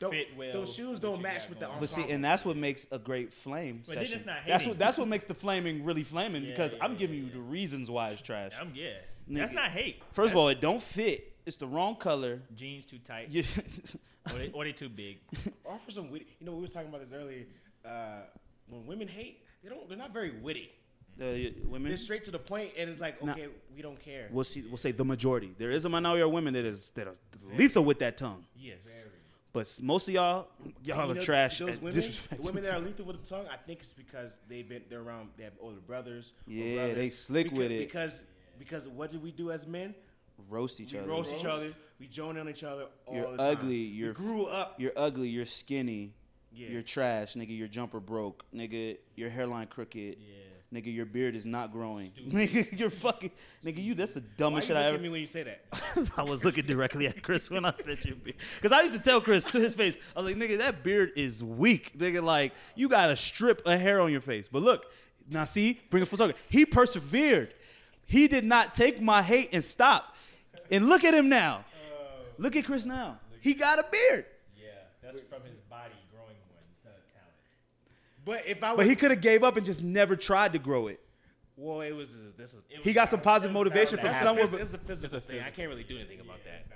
Speaker 5: don't
Speaker 4: Fit well
Speaker 5: those
Speaker 4: with
Speaker 5: shoes
Speaker 4: what
Speaker 5: don't
Speaker 4: you
Speaker 5: match
Speaker 4: got
Speaker 5: with the
Speaker 4: going on.
Speaker 3: But see,
Speaker 5: ensemble.
Speaker 3: and that's what makes a great flame
Speaker 4: But then
Speaker 3: session.
Speaker 4: it's not
Speaker 3: that's
Speaker 4: hating.
Speaker 3: what that's what makes the flaming really flaming
Speaker 4: Yeah,
Speaker 3: because
Speaker 4: yeah,
Speaker 3: I'm
Speaker 4: yeah,
Speaker 3: giving you
Speaker 4: yeah.
Speaker 3: the reasons why it's trash.
Speaker 4: Um, yeah.
Speaker 3: Nigga.
Speaker 4: That's not hate.
Speaker 3: First of all, it don't fit. It's the wrong color.
Speaker 4: jeans too tight.
Speaker 3: You-
Speaker 4: Or, they, or they too big.
Speaker 5: offer some witty. You know, we were talking about this earlier. Uh, when women hate, they don't. They're not very witty.
Speaker 3: the uh, women.
Speaker 5: They're straight to the point, and it's like,
Speaker 3: Mm-hmm. Nah.
Speaker 5: okay, we don't care.
Speaker 3: We'll see. We'll say the majority. There is a minority of women that is that are lethal with that tongue,
Speaker 5: yes.
Speaker 3: but s- most of y'all, y'all
Speaker 5: You
Speaker 3: are
Speaker 5: know,
Speaker 3: trash.
Speaker 5: Those
Speaker 3: at
Speaker 5: women, the
Speaker 3: disrespect.
Speaker 5: women that are lethal with the tongue, I think it's because they've been they're around. They have older brothers. or
Speaker 3: Yeah,
Speaker 5: brothers.
Speaker 3: they slick
Speaker 5: Because-
Speaker 3: with it.
Speaker 5: Because because what do we do as men?
Speaker 3: roast each
Speaker 5: We
Speaker 3: other.
Speaker 5: roast each other. We joan on each other all
Speaker 3: You're
Speaker 5: the time.
Speaker 3: ugly,
Speaker 5: We
Speaker 3: you're-
Speaker 5: grew up.
Speaker 3: You're ugly. You're skinny.
Speaker 5: Yeah.
Speaker 3: You're trash, nigga. Your jumper broke, nigga. Your hairline crooked.
Speaker 4: Yeah.
Speaker 3: Nigga, your beard is not growing. Nigga, you're fucking. Nigga, you. That's the
Speaker 5: Why
Speaker 3: dumbest
Speaker 5: you
Speaker 3: shit I
Speaker 5: look
Speaker 3: ever.
Speaker 5: at me when you say that?
Speaker 3: I was looking directly at Chris when I said your beard, because I used to tell Chris to his face. I was like, nigga, that beard is weak. Nigga, like you got to strip a hair on your face. But look, now see, bring it full circle. He persevered. He did not take my hate and stop. And look at him now. Look at Chris now. He got a beard.
Speaker 4: Yeah. That's from his body growing one. It's not a talent.
Speaker 5: But if I was,
Speaker 3: But he could have gave up and just never tried to grow it.
Speaker 5: well, it was this is
Speaker 3: He got some positive motivation from
Speaker 5: that's a
Speaker 3: somewhere.
Speaker 5: phys-
Speaker 3: But,
Speaker 5: it's a physical thing. I
Speaker 4: physical
Speaker 5: can't really do anything about that.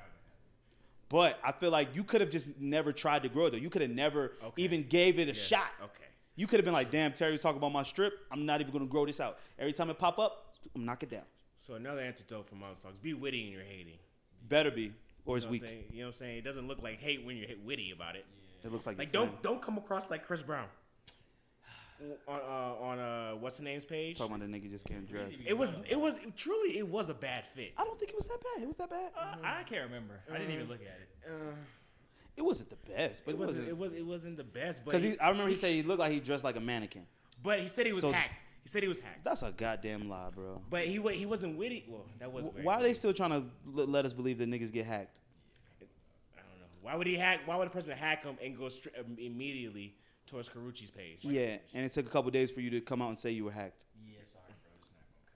Speaker 3: but I feel like you could have just never tried to grow it though. You could have never
Speaker 5: Okay.
Speaker 3: even gave it a shot.
Speaker 5: Okay.
Speaker 3: You could have been like, damn, Terry was talking about my strip. I'm not even gonna grow this out. Every time it pop up, I'm knock it down.
Speaker 5: So another antidote for mom's talks: be witty in your hating.
Speaker 3: Better be. Or it's
Speaker 5: You know, what
Speaker 3: weak.
Speaker 5: I'm saying? you know what I'm saying? It doesn't look like hate when you're hit- witty about it.
Speaker 3: It looks like,
Speaker 5: Like
Speaker 3: you're
Speaker 5: don't don't come across like Chris Brown on uh, on uh, what's the name's page.
Speaker 3: talking about the nigga just can't dress.
Speaker 5: It was it was truly it was a bad fit.
Speaker 3: I don't think it was that bad. It was that bad.
Speaker 4: Uh, I can't remember. I didn't
Speaker 3: Mm.
Speaker 4: even look at it.
Speaker 3: It wasn't the best, but
Speaker 5: It
Speaker 3: it
Speaker 5: wasn't it
Speaker 3: wasn't.
Speaker 5: was it wasn't the best, but
Speaker 3: Because
Speaker 5: he,
Speaker 3: I remember he said he looked like he dressed like a mannequin.
Speaker 5: but he said he was
Speaker 3: So-
Speaker 5: hacked. He said he was hacked.
Speaker 3: That's a goddamn lie, bro.
Speaker 5: But he wa- he wasn't witty. Well, that was
Speaker 3: Why are they still trying to l- let us believe that niggas get hacked?
Speaker 5: I don't know. Why would he hack? Why would a person hack him and go stri- um, immediately towards Carucci's page?
Speaker 3: Yeah, and it took a couple days for you to come out and say you were hacked.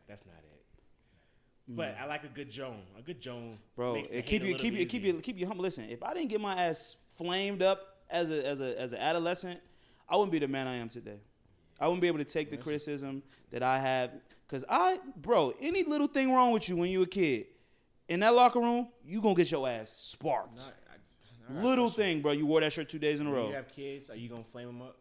Speaker 5: that's not it. But I like a good Joan. A good Joan,
Speaker 3: Mm. bro.
Speaker 5: makes
Speaker 3: It
Speaker 5: the hate
Speaker 3: keep
Speaker 5: a
Speaker 3: you,
Speaker 5: little
Speaker 3: keep you,
Speaker 5: easier.
Speaker 3: keep you, keep you humble. Listen, if I didn't get my ass flamed up as a as a as an adolescent, I wouldn't be the man I am today. I wouldn't be able to take the criticism that I have, cause I, bro, any little thing wrong with you when you were a kid, in that locker room, you gonna get your ass sparked.
Speaker 5: All right, I- all right,
Speaker 3: little
Speaker 5: question.
Speaker 3: thing, bro. You wore that shirt two days in a
Speaker 5: When
Speaker 3: row.
Speaker 5: you have kids, are you gonna flame them up?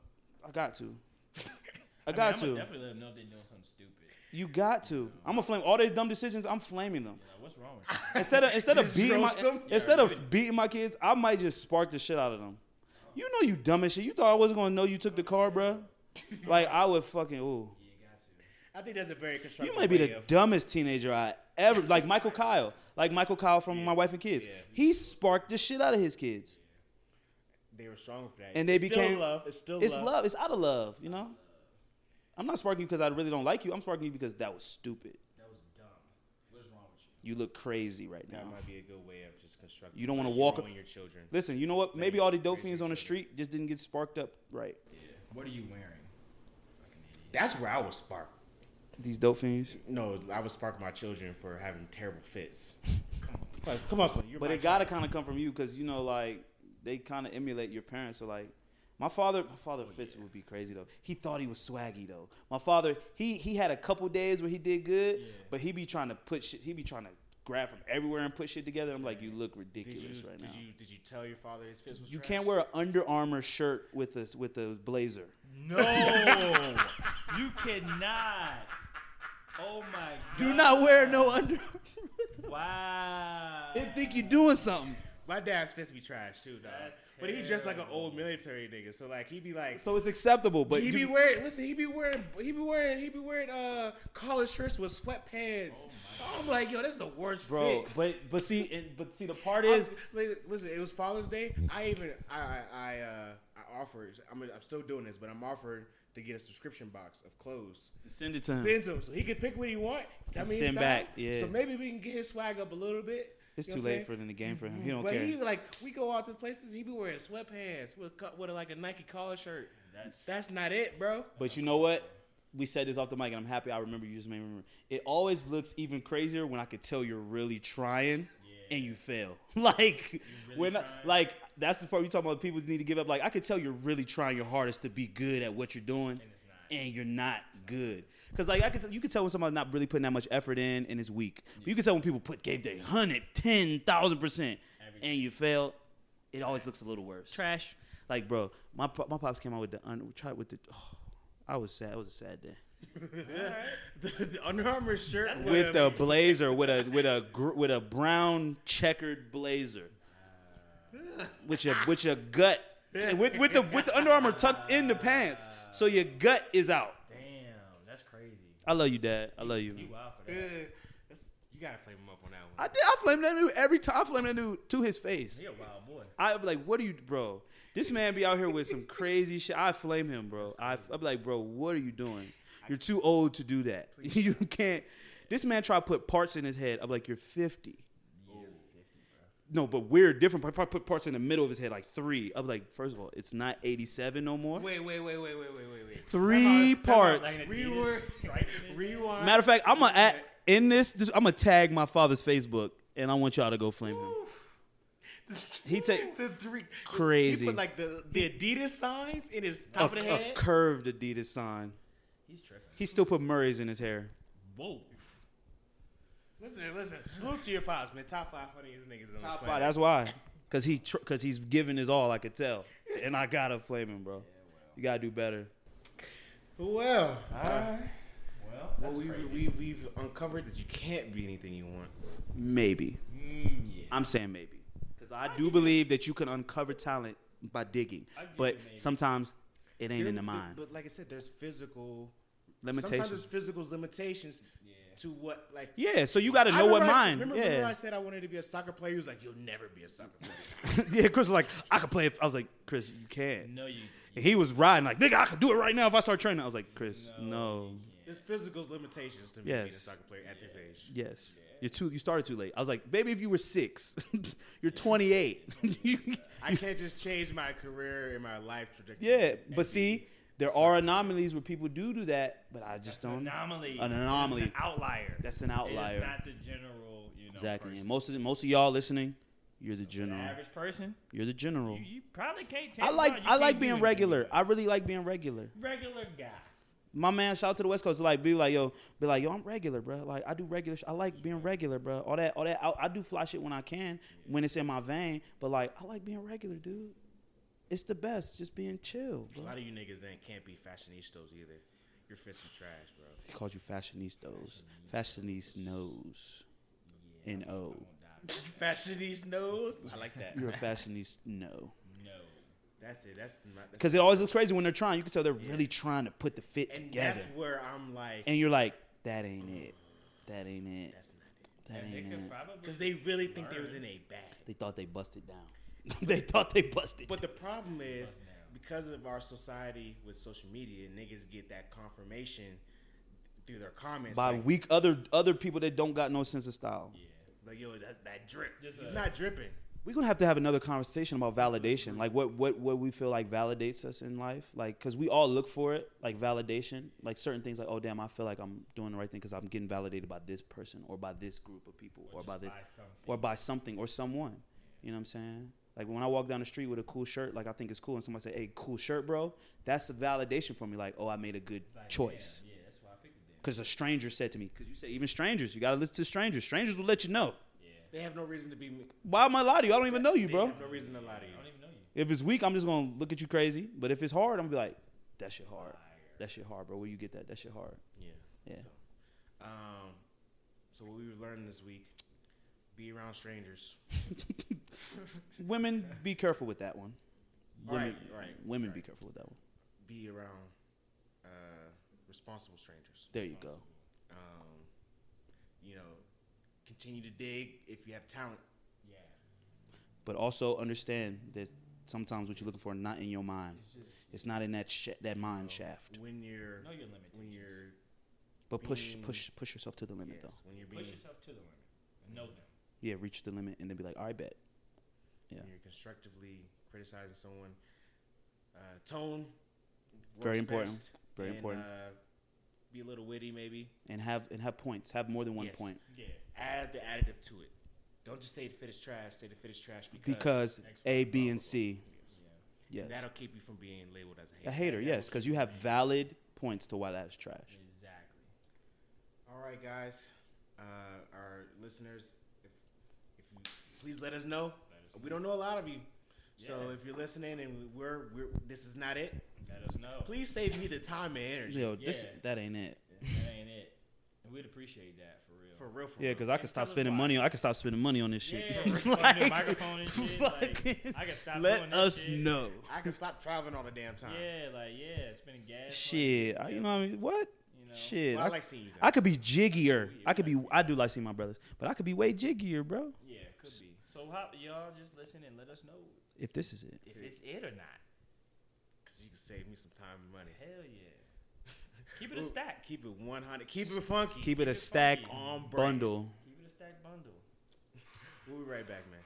Speaker 3: I got to. I
Speaker 4: I
Speaker 3: got
Speaker 4: mean, I'ma
Speaker 3: to.
Speaker 4: definitely let them know if they're doing something stupid.
Speaker 3: You got to. I'm gonna flame all their dumb decisions. I'm flaming them.
Speaker 4: Like, what's wrong with you?
Speaker 3: Instead of instead of
Speaker 5: Just
Speaker 3: beating my
Speaker 5: roast them?
Speaker 3: instead of beating my kids, I might just spark the shit out of them. You know you dumb as shit. You thought I wasn't gonna know you took the car, bruh. Like I would fucking ooh.
Speaker 5: I think that's a very constructive.
Speaker 3: You might be
Speaker 5: way
Speaker 3: the
Speaker 5: of-
Speaker 3: dumbest teenager I ever like Michael Kyle. Like Michael Kyle from My Wife and Kids.
Speaker 5: Yeah.
Speaker 3: He sparked the shit out of his kids.
Speaker 5: They were stronger for that.
Speaker 3: And they
Speaker 5: It's still
Speaker 3: became-
Speaker 5: love. It's still
Speaker 3: It's
Speaker 5: love.
Speaker 3: love, it's out of love, you know? I'm not sparking you because I really don't like you. I'm sparking you because that was stupid.
Speaker 4: That was dumb. What is wrong with you?
Speaker 3: You look crazy right now.
Speaker 5: That might be a good way of just constructing.
Speaker 3: You don't wanna walk-
Speaker 5: on your children.
Speaker 3: Listen, you know what? Maybe all the dope
Speaker 5: Crazy
Speaker 3: fiends on the
Speaker 5: children.
Speaker 3: street just didn't get sparked up right.
Speaker 4: What are you wearing?
Speaker 5: That's where I was sparked.
Speaker 3: These dope fiends.
Speaker 5: No, I would spark my children for having terrible fits. Like, come on, son. You're
Speaker 3: But
Speaker 5: my
Speaker 3: it gotta
Speaker 5: child.
Speaker 3: kind of come from you because you know, like they kind of emulate your parents. So like, my father, my father
Speaker 5: Oh,
Speaker 3: Fitz would be crazy though. He thought he was swaggy though. My father, he he had a couple days where he did good, but he be trying to put shit. He be trying to grab from everywhere and put shit together. I'm like, you look
Speaker 5: Did you,
Speaker 3: ridiculous right
Speaker 5: did
Speaker 3: now.
Speaker 5: you did you tell your father his fist was
Speaker 3: You
Speaker 5: trash?
Speaker 3: can't wear an Under Armour shirt with a with a blazer.
Speaker 4: No, you cannot. Oh my god.
Speaker 3: Do not wear no Under.
Speaker 4: Wow.
Speaker 3: they think you're doing something.
Speaker 5: My dad's fist be trash too, dog.
Speaker 4: That's
Speaker 5: But he dressed like an old military nigga, so like he be like,
Speaker 3: So it's acceptable, but
Speaker 5: he
Speaker 3: you,
Speaker 5: be wearing. Listen, he be wearing. He be wearing. He be wearing uh collar shirts with sweatpants.
Speaker 3: Oh
Speaker 5: I'm like, yo, that's the worst,
Speaker 6: bro.
Speaker 5: fit.
Speaker 6: But but see, it, but see, the part
Speaker 5: I'm-
Speaker 6: is
Speaker 5: li- listen, it was Father's Day. I even I I I, uh, I offered. I'm I'm still doing this, but I'm offered to get a subscription box of clothes.
Speaker 3: send it to him.
Speaker 5: Send to him so he can pick what he want. Tell me his
Speaker 3: Hmm. Send
Speaker 5: style.
Speaker 3: back, yeah.
Speaker 5: So maybe we can get his swag up a little bit.
Speaker 3: It's
Speaker 5: You
Speaker 3: too
Speaker 5: know what I'm
Speaker 3: late for
Speaker 5: saying? Mm-hmm.
Speaker 3: it in the game for him. He don't
Speaker 5: But
Speaker 3: care.
Speaker 5: he like we go out to places. He be wearing sweatpants with co- with like a Nike collar shirt.
Speaker 4: That's-
Speaker 5: That's not it, bro.
Speaker 3: But you know what? We said this off the mic, and I'm happy I remember. You just made me remember. It always looks even crazier when I could tell you're really trying and you fail. like when, I-
Speaker 4: trying.
Speaker 3: like that's the part we talking about. People need to give up. Like I could tell you're really trying your hardest to be good at what you're doing, and,
Speaker 4: it's not.
Speaker 3: you're not good. Cause like I could, tell- you could tell when somebody's not really putting that much effort in and is weak. But you could tell when people put gave their hundred, ten thousand percent, and you fail. It always looks a little worse.
Speaker 4: Trash.
Speaker 3: Like, bro, my pop- my pops came out with the un- tried with the. Oh, I was sad. It was a sad day.
Speaker 5: the, the Under Armour shirt
Speaker 3: With
Speaker 5: a-
Speaker 3: a blazer, with a with a gr- with a brown checkered blazer, with your with your gut, with with the with the Under Armour tucked in the pants, so your gut is out.
Speaker 4: Damn, that's crazy.
Speaker 3: I love you, Dad. I love you.
Speaker 4: You
Speaker 3: man.
Speaker 4: wild for that.
Speaker 5: That's- You gotta flame him up on that one.
Speaker 3: I did. I flame that dude every time. I flame that dude to his face.
Speaker 4: He a wild boy.
Speaker 3: I'd be like, what are you, bro? This man be out here with some crazy shit. I flame him, bro. I, I'd be like, bro, what are you doing? You're too old to do that. you can't. This man try to put parts in his head. I'm like, you're 50. No, but weird, different. Probably put parts in the middle of his head, like three. I'm like, first of all, it's not 87 no more.
Speaker 5: Wait, wait, wait, wait, wait, wait, wait, wait.
Speaker 3: three
Speaker 5: Time out, time out.
Speaker 3: parts.
Speaker 4: Like,
Speaker 5: We
Speaker 4: it is
Speaker 5: were-
Speaker 4: striking it.
Speaker 5: Rewind.
Speaker 3: Matter of fact, I'm gonna at, in this, this. I'm gonna tag my father's Facebook, and I want y'all to go flame him. He take
Speaker 5: the three
Speaker 3: Crazy. Oh,
Speaker 5: He put like the, the Adidas signs in his
Speaker 3: a,
Speaker 5: top of the
Speaker 3: a
Speaker 5: head.
Speaker 3: curved Adidas sign.
Speaker 4: He's tripping.
Speaker 3: He still put Murray's in his hair.
Speaker 4: Whoa.
Speaker 5: listen, listen. Salute to your pops, man. Top five funniest niggas on
Speaker 3: Top
Speaker 5: the
Speaker 3: five. That's why, cause he tr- cause he's giving his all. I could tell, and I gotta flame him, bro. You gotta do better.
Speaker 5: Well,
Speaker 4: Well, that's
Speaker 5: we,
Speaker 4: crazy.
Speaker 5: we, we've uncovered that you can't be anything you want.
Speaker 3: Maybe
Speaker 4: Mm, yeah.
Speaker 3: I'm saying maybe, cause I do believe that you can uncover talent by digging,
Speaker 4: you
Speaker 3: but
Speaker 4: maybe.
Speaker 3: sometimes it ain't in the
Speaker 5: There-
Speaker 3: mind.
Speaker 5: But like I said, there's physical Sometimes there's
Speaker 3: Limitations.
Speaker 5: physical limitations to what like
Speaker 3: Yeah, so you gotta
Speaker 5: I
Speaker 3: know what
Speaker 5: remember I said-
Speaker 3: mine.
Speaker 5: Remember, remember
Speaker 3: Yeah,
Speaker 5: I said I wanted to be a soccer player. He was like, "You'll never be a soccer player."
Speaker 3: yeah. Chris was like, I could play. If, I was like, Chris, you can't.
Speaker 4: No, you.
Speaker 3: And he was riding like, nigga, I could do it right now if I start training. I was like, Chris, no.
Speaker 5: There's physical limitations to me being a
Speaker 3: Yes.
Speaker 5: soccer player at this age.
Speaker 3: Yes. You're too. You started too late. I was like, baby, if you were six, you're 28.
Speaker 5: I can't just change my career and my life trajectory.
Speaker 3: yeah, but see, there are anomalies where people do do that, but I just don't.
Speaker 4: Anomaly.
Speaker 3: An anomaly.
Speaker 4: It's an outlier.
Speaker 3: That's an
Speaker 4: It is
Speaker 3: outlier.
Speaker 4: not the general. You know,
Speaker 3: Exactly. And
Speaker 4: person.
Speaker 3: most of the- most of y'all listening, you're the
Speaker 4: The
Speaker 3: general.
Speaker 4: average person,
Speaker 3: You're the general.
Speaker 4: you, you probably can't. change
Speaker 3: I like
Speaker 4: that. You
Speaker 3: I like
Speaker 4: can't
Speaker 3: being
Speaker 4: do
Speaker 3: regular.
Speaker 4: anything.
Speaker 3: I really like being regular.
Speaker 4: Regular guy.
Speaker 3: My man, shout out to the West Coast. Like, be like, yo, be like, yo, I'm regular, bro. Like, I do regular. Sh- I like being regular, bro. All that, all that. I, I do fly shit when I can, when it's in my vein. But like, I like being regular, dude. It's the best, just being chill.
Speaker 5: A
Speaker 3: Bro.
Speaker 5: lot of you niggas ain't can't be fashionistas either. Your fists are trash, bro.
Speaker 3: He called you fashionistas. Fashionistas knows. N O.
Speaker 5: Fashionistas knows. I like that.
Speaker 3: You're a fashionista. No.
Speaker 4: No.
Speaker 5: That's it. That's my. That's
Speaker 3: Because it always looks crazy when they're trying. You can tell they're really trying to put the fit
Speaker 5: and
Speaker 3: together.
Speaker 5: that's where I'm like,
Speaker 3: And you're like, that ain't it. That ain't it.
Speaker 5: that's not it.
Speaker 3: That
Speaker 4: And they
Speaker 3: ain't
Speaker 4: could
Speaker 3: it.
Speaker 4: probably.
Speaker 5: Because they really think they was in a bag.
Speaker 3: They thought they busted down. they thought they busted.
Speaker 5: But the problem is because of our society with social media, niggas get that confirmation through their comments.
Speaker 3: by
Speaker 5: like,
Speaker 3: weak other other people that don't got no sense of style.
Speaker 5: like yo, that, that drip.
Speaker 4: Just
Speaker 5: He's
Speaker 4: a-
Speaker 5: not dripping.
Speaker 3: We're gonna have to have another conversation about validation, like what what what we feel like validates us in life, like because we all look for it, like validation, like certain things, like oh damn, I feel like I'm doing the right thing because I'm getting validated by this person or by this group of people or, by this
Speaker 4: by something.
Speaker 3: or by something or someone. You know what I'm saying? Like when I walk down the street with a cool shirt, like I think it's cool, and somebody say, "Hey, cool shirt, bro," that's a validation for me. Like, oh, I made a good
Speaker 4: Like,
Speaker 3: choice.
Speaker 4: Yeah, yeah, that's why I picked it.
Speaker 3: Because a stranger said to me, because you say even strangers, you gotta listen to strangers. Strangers will let you know.
Speaker 4: Yeah,
Speaker 5: They have no reason to be me.
Speaker 3: Why am I lying to you? I don't even know you,
Speaker 5: They
Speaker 3: bro.
Speaker 5: have no reason to lie to you.
Speaker 4: I don't even know you.
Speaker 3: If it's weak, I'm just gonna look at you crazy. But if it's hard, I'm gonna be like, that shit hard. That shit hard, bro. Where you get that? That shit hard.
Speaker 5: Yeah.
Speaker 3: Yeah.
Speaker 5: So, um, so what we learned this week: be around strangers.
Speaker 3: Women, be careful with that one.
Speaker 5: All
Speaker 3: Women,
Speaker 5: right, all right,
Speaker 3: women,
Speaker 5: all
Speaker 3: be
Speaker 5: right.
Speaker 3: careful with that one.
Speaker 5: Be around uh, responsible strangers.
Speaker 3: There you go.
Speaker 5: Um, you know, continue to dig if you have talent.
Speaker 4: Yeah,
Speaker 3: But also understand that sometimes what you're looking for not in your mind. It's, not in that sh- that mind shaft.
Speaker 5: When you're
Speaker 4: know your limitations.
Speaker 5: when you're
Speaker 3: But push,
Speaker 5: being-
Speaker 3: push, push yourself to the limit
Speaker 5: Mm. yes,
Speaker 3: though.
Speaker 5: when you're being
Speaker 4: push yourself to the limit. and Know them.
Speaker 3: Yeah, reach the limit and then be like, all right, bet. Yeah.
Speaker 5: when you're constructively criticizing someone, uh, tone works
Speaker 3: Very important.
Speaker 5: best,
Speaker 3: Very
Speaker 5: and,
Speaker 3: important.
Speaker 5: Uh, be a little witty, maybe.
Speaker 3: And have and have points. Have more than one
Speaker 5: Yes.
Speaker 3: point
Speaker 4: Yeah,
Speaker 5: add the additive to it. Don't just say the fit is trash. Say the fit is trash because,
Speaker 3: because
Speaker 4: X,
Speaker 3: A,
Speaker 4: Y,
Speaker 3: B, and C.
Speaker 5: And
Speaker 3: Yes.
Speaker 5: that'll keep you from being labeled as a hater.
Speaker 3: A hater, yes, because you have valid points to why that is trash.
Speaker 4: exactly.
Speaker 5: All right, guys, uh, our listeners, if, if you, please let us know.
Speaker 4: Let us
Speaker 5: we don't know a lot of you, so
Speaker 4: Yeah.
Speaker 5: if you're listening and we're, we're this is not it,
Speaker 4: Let us know.
Speaker 5: please save me the time and energy.
Speaker 3: Yo, this
Speaker 4: Yeah.
Speaker 3: that ain't it.
Speaker 4: That ain't it. And we'd appreciate that for real.
Speaker 5: For real, for
Speaker 3: Yeah,
Speaker 5: real.
Speaker 3: because I could
Speaker 4: And
Speaker 3: stop
Speaker 4: tell us
Speaker 3: spending
Speaker 4: why.
Speaker 3: money. on I could stop spending money on this shit.
Speaker 4: Yeah, we're
Speaker 3: Like,
Speaker 4: fucking microphone and shit.
Speaker 3: fucking
Speaker 4: Like, I can stop
Speaker 3: let
Speaker 4: doing that
Speaker 3: us
Speaker 4: shit.
Speaker 3: know.
Speaker 5: I can stop traveling all the damn time.
Speaker 4: Yeah, like yeah, spending gas.
Speaker 3: Shit, I, you know what I mean? What?
Speaker 4: You know.
Speaker 3: Shit,
Speaker 5: Well, I
Speaker 3: I,
Speaker 5: like seeing you. Guys.
Speaker 3: I could be jiggier. I could be. I do like seeing my brothers, but I could be way jiggier, bro.
Speaker 4: Like, yeah, could be. So how, y'all just listen and let us know
Speaker 3: If this is it,
Speaker 4: if it's it or not.
Speaker 5: Because you can save me some time and money.
Speaker 4: Hell yeah. Keep it a stack.
Speaker 5: Keep it 100. Keep it funky.
Speaker 3: keep it a
Speaker 4: it
Speaker 3: stack
Speaker 4: funky.
Speaker 5: On brand.
Speaker 3: bundle.
Speaker 4: Keep it a stack bundle.
Speaker 5: We'll be right back, man.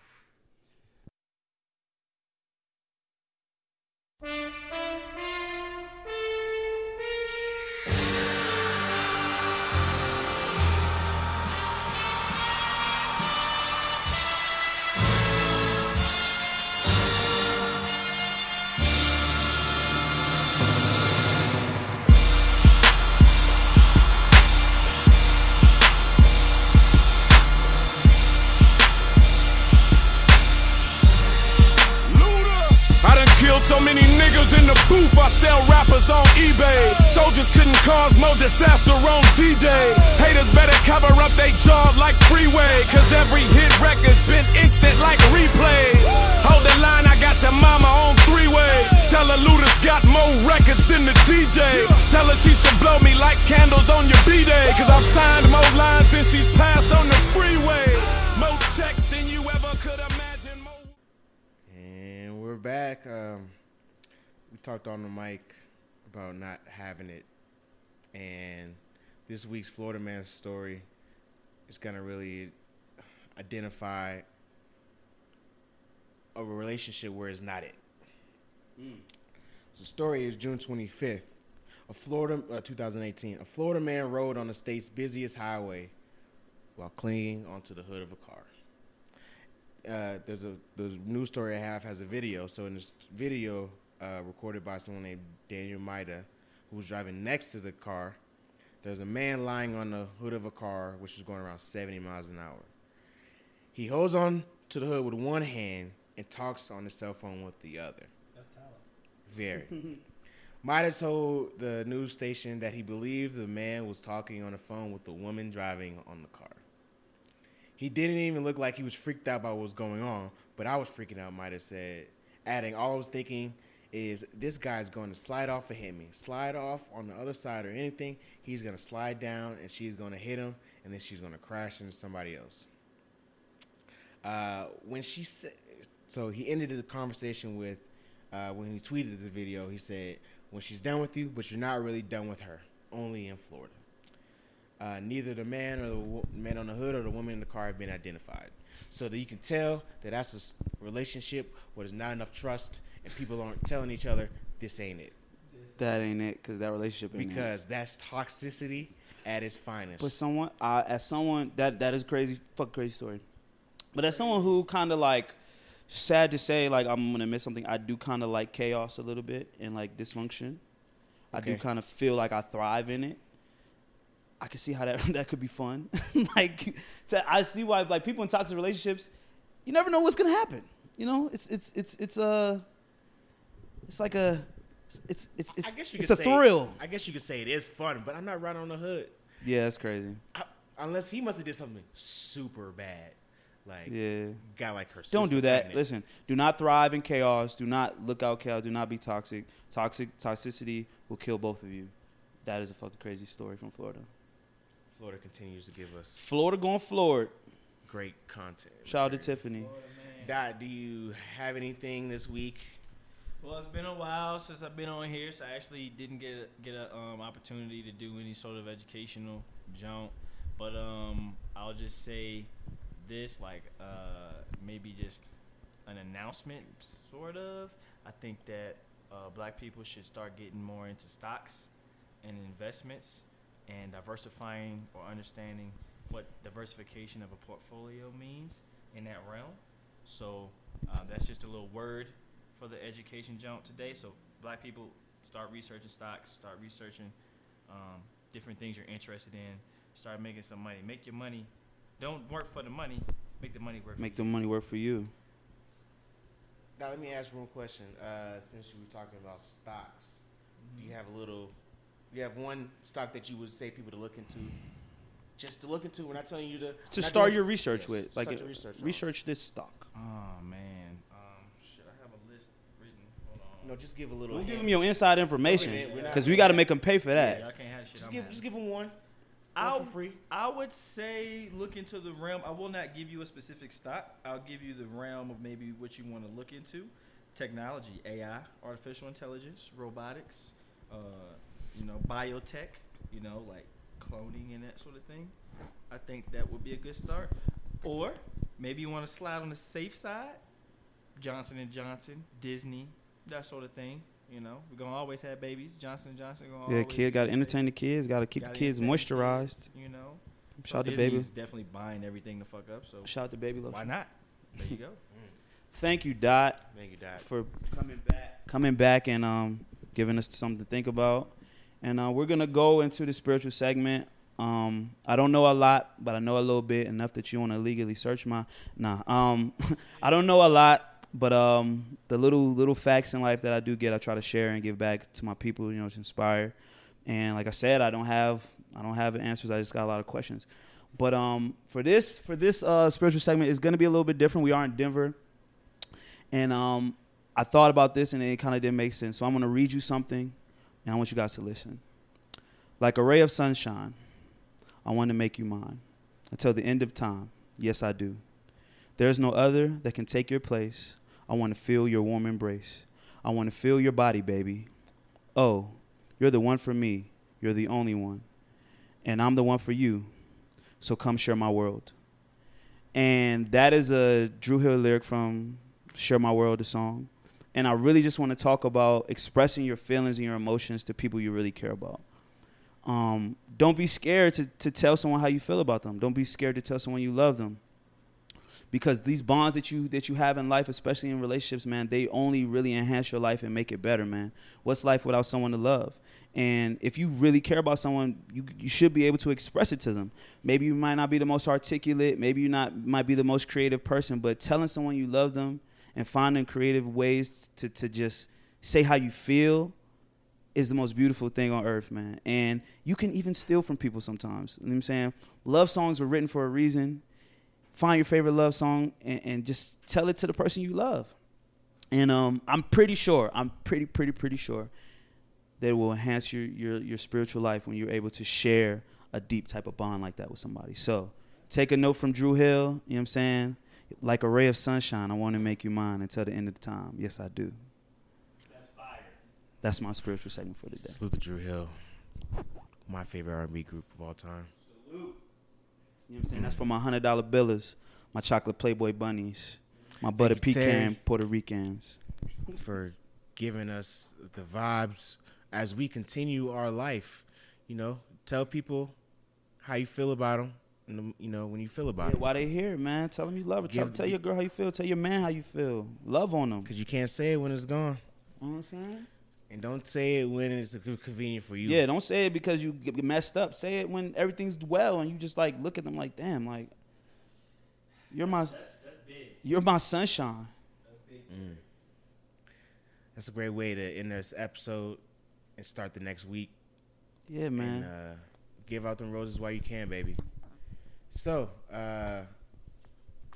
Speaker 1: Luda. I done killed so many niggas in the booth. I sell rappers on eBay. Soldiers couldn't cause more disaster on D-Day. Haters better cover up they jaw like freeway. Cause every hit record's been instant like replays. Hold the line, I got your mama on three-way. Tell her Luda's got more records than the DJ. Tell her she should blow me like candles on your B-Day. Cause I've signed more lines than she's passed on the freeway. More checks than you ever could imagine. More-
Speaker 5: And we're back. Um, we talked on the mic about not having it. And this week's Florida Man story is going to really identify a relationship where it's not it. So The story is June 25th. A Florida, uh, 2018. A Florida man rode on the state's busiest highway while clinging onto the hood of a car uh, there's a there's a news story I have has a video. So in this video, uh, recorded by someone named Daniel Maida, who was driving next to the car, there's a man lying on the hood of a car which is going around 70 miles an hour. He holds on to the hood with one hand and talks on his cell phone with the other.
Speaker 4: That's talent.
Speaker 5: Very. Maida told the news station that he believed the man was talking on the phone with the woman driving on the car. He didn't even look like he was freaked out by what was going on, but I was freaking out, Maida said, adding, All I was thinking is this guy's going to slide off and hit me. Slide off on the other side or anything, he's going to slide down and she's going to hit him, and then she's going to crash into somebody else. Uh, when she said, so he ended the conversation with, uh, when he tweeted the video, he said, "When she's done with you, but you're not really done with her. Only in Florida." Uh, neither the man or the wo- man on the hood or the woman in the car have been identified, so that you can tell that that's a s- relationship where there's not enough trust and people aren't telling each other this ain't it
Speaker 3: That ain't it, because that relationship ain't it.
Speaker 5: because that's toxicity at its finest.
Speaker 3: But someone, I as someone that that is crazy, fuck crazy story. But as someone who kind of like sad to say, like I'm gonna miss something. I do kind of like chaos a little bit and like dysfunction. I do
Speaker 5: Okay.
Speaker 3: kind of feel like I thrive in it. I can see how that that could be fun. like, so I see why like people in toxic relationships, you never know what's gonna happen. You know, it's it's it's it's a, it's like a, it's it's it's
Speaker 5: I guess you
Speaker 3: it's
Speaker 5: could
Speaker 3: a
Speaker 5: say-
Speaker 3: thrill.
Speaker 5: I guess you could say it is fun, but I'm not right on the hood.
Speaker 3: Yeah, that's crazy.
Speaker 5: I, unless he must have did something super bad, like
Speaker 3: Yeah.
Speaker 5: got like her.
Speaker 3: Don't
Speaker 5: sister
Speaker 3: do that.
Speaker 5: pregnant.
Speaker 3: Listen, do not thrive in chaos. Do not look out chaos. Do not be toxic. Toxic toxicity will kill both of you. That is a fucking crazy story from Florida.
Speaker 5: Florida continues to give us
Speaker 3: Florida going Florida.
Speaker 5: great content.
Speaker 3: Shout out to
Speaker 5: material.
Speaker 3: Tiffany.
Speaker 5: Dot, do you have anything this week?
Speaker 4: Well, it's been a while since I've been on here, so I actually didn't get a, get an um, opportunity to do any sort of educational jump. But um, I'll just say this, like uh, maybe just an announcement, sort of. I think that uh, black people should start getting more into stocks and investments and diversifying or understanding what diversification of a portfolio means in that realm. So uh, that's just a little word for the education jump today. So black people start researching stocks, start researching um, different things you're interested in, start making some money. Make your money. Don't work for the money. Make the money work.
Speaker 3: Make
Speaker 4: for
Speaker 3: the money work for you.
Speaker 5: Dot, let me ask one question. Uh, since you were talking about stocks, do you have a little? You have one stock that you would say people to look into, just to look into. We're not telling you to
Speaker 3: To
Speaker 5: not
Speaker 3: start
Speaker 5: doing-
Speaker 3: your research
Speaker 5: Yes,
Speaker 3: with, like
Speaker 5: start
Speaker 3: uh,
Speaker 5: your research. on.
Speaker 3: research this stock.
Speaker 4: you. Oh man. Um, shit, I have a list written. Hold on.
Speaker 5: No, just give a little.
Speaker 3: Don't give
Speaker 5: hint.
Speaker 3: them your inside information
Speaker 5: minute, we're not-
Speaker 3: because we got to make them pay for
Speaker 4: Y'all
Speaker 3: that.
Speaker 4: can't have shit.
Speaker 5: just
Speaker 4: I'm
Speaker 5: give,
Speaker 4: having.
Speaker 5: just give them one.
Speaker 4: I'll-
Speaker 5: one for free.
Speaker 4: I would say look into the realm. I will not give you a specific stock. I'll give you the realm of maybe what you want to look into: technology, AI, artificial intelligence, robotics, uh, you know, biotech, you know, like cloning and that sort of thing. I think that would be a good start. Or maybe you want to slide on the safe side: Johnson and Johnson, Disney, that sort of thing. You know, we're gonna always have babies. Johnson and Johnson gonna
Speaker 3: Yeah,
Speaker 4: always
Speaker 3: kid, got to
Speaker 4: have babies.
Speaker 3: entertain the kids. Got to keep the
Speaker 4: Gotta
Speaker 3: kids
Speaker 4: entertain the kids,
Speaker 3: moisturized.
Speaker 4: You know,
Speaker 3: Shout out to
Speaker 4: Disney
Speaker 3: baby.
Speaker 4: is definitely buying everything to fuck up. So
Speaker 3: Shout out to baby
Speaker 4: why
Speaker 3: lotion.
Speaker 4: not? There you go.
Speaker 3: Thank you, Dot.
Speaker 5: Thank you, Dot.
Speaker 3: for coming back, coming back, and um, giving us something to think about. And uh, we're gonna go into the spiritual segment. Um, I don't know a lot, but I know a little bit enough that you want to legally search my. Nah, um, I don't know a lot, but um, the little little facts in life that I do get, I try to share and give back to my people. You know, to inspire. And like I said, I don't have I don't have answers. I just got a lot of questions. But um, for this for this uh, spiritual segment, it's gonna be a little bit different. We are in Denver. And um, I thought about this and it kind of didn't make sense. So I'm going to read you something and I want you guys to listen. Like a ray of sunshine, I want to make you mine until the end of time. Yes, I do. There's no other that can take your place. I want to feel your warm embrace. I want to feel your body, baby. Oh, you're the one for me. You're the only one. And I'm the one for you. So come share my world. And that is a Drew Hill lyric from Share My World, the song. And I really just want to talk about expressing your feelings and your emotions to people you really care about. Um, don't be scared to, to tell someone how you feel about them. Don't be scared to tell someone you love them. Because these bonds that you that you have in life, especially in relationships, man, they only really enhance your life and make it better, man. What's life without someone to love? And if you really care about someone, you, you should be able to express it to them. Maybe you might not be the most articulate, maybe you not might be the most creative person, but telling someone you love them and finding creative ways to, to just say how you feel is the most beautiful thing on earth, man. And you can even steal from people sometimes. You know what I'm saying? Love songs were written for a reason. Find your favorite love song and, and just tell it to the person you love. And um, I'm pretty sure, I'm pretty, pretty, pretty sure that it will enhance your, your, your spiritual life when you're able to share a deep type of bond like that with somebody. So take a note from Drew Hill, you know what I'm saying? Like a ray of sunshine, I want to make you mine until the end of the time. Yes, I do. That's my spiritual segment for today.
Speaker 5: Salute to Drew Hill, my favorite R&B group of all time.
Speaker 3: You know what I'm saying? That's for my hundred dollar billers, my chocolate Playboy bunnies, my butter
Speaker 5: Thank you,
Speaker 3: pecan
Speaker 5: Terry.
Speaker 3: Puerto Ricans.
Speaker 5: for giving us the vibes as we continue our life. You know, tell people how you feel about them. in the- you know when you feel about
Speaker 3: Yeah,
Speaker 5: it.
Speaker 3: why they here, man? Tell them you love her. Tell,
Speaker 5: Give-
Speaker 3: tell your girl how you feel. Tell your man how you feel. Love on them.
Speaker 5: Because you can't say it when it's gone.
Speaker 3: Mhm.
Speaker 5: And don't say it when it's convenient for you.
Speaker 3: Yeah, don't say it because you get messed up. Say it when everything's well and you just like look at them like, damn, like you're my
Speaker 4: That's, that's big.
Speaker 3: you're my sunshine.
Speaker 4: That's big.
Speaker 5: That's a great way to end this episode and start the next week.
Speaker 3: Yeah, man.
Speaker 5: And uh, give out them roses while you can, baby. So, uh,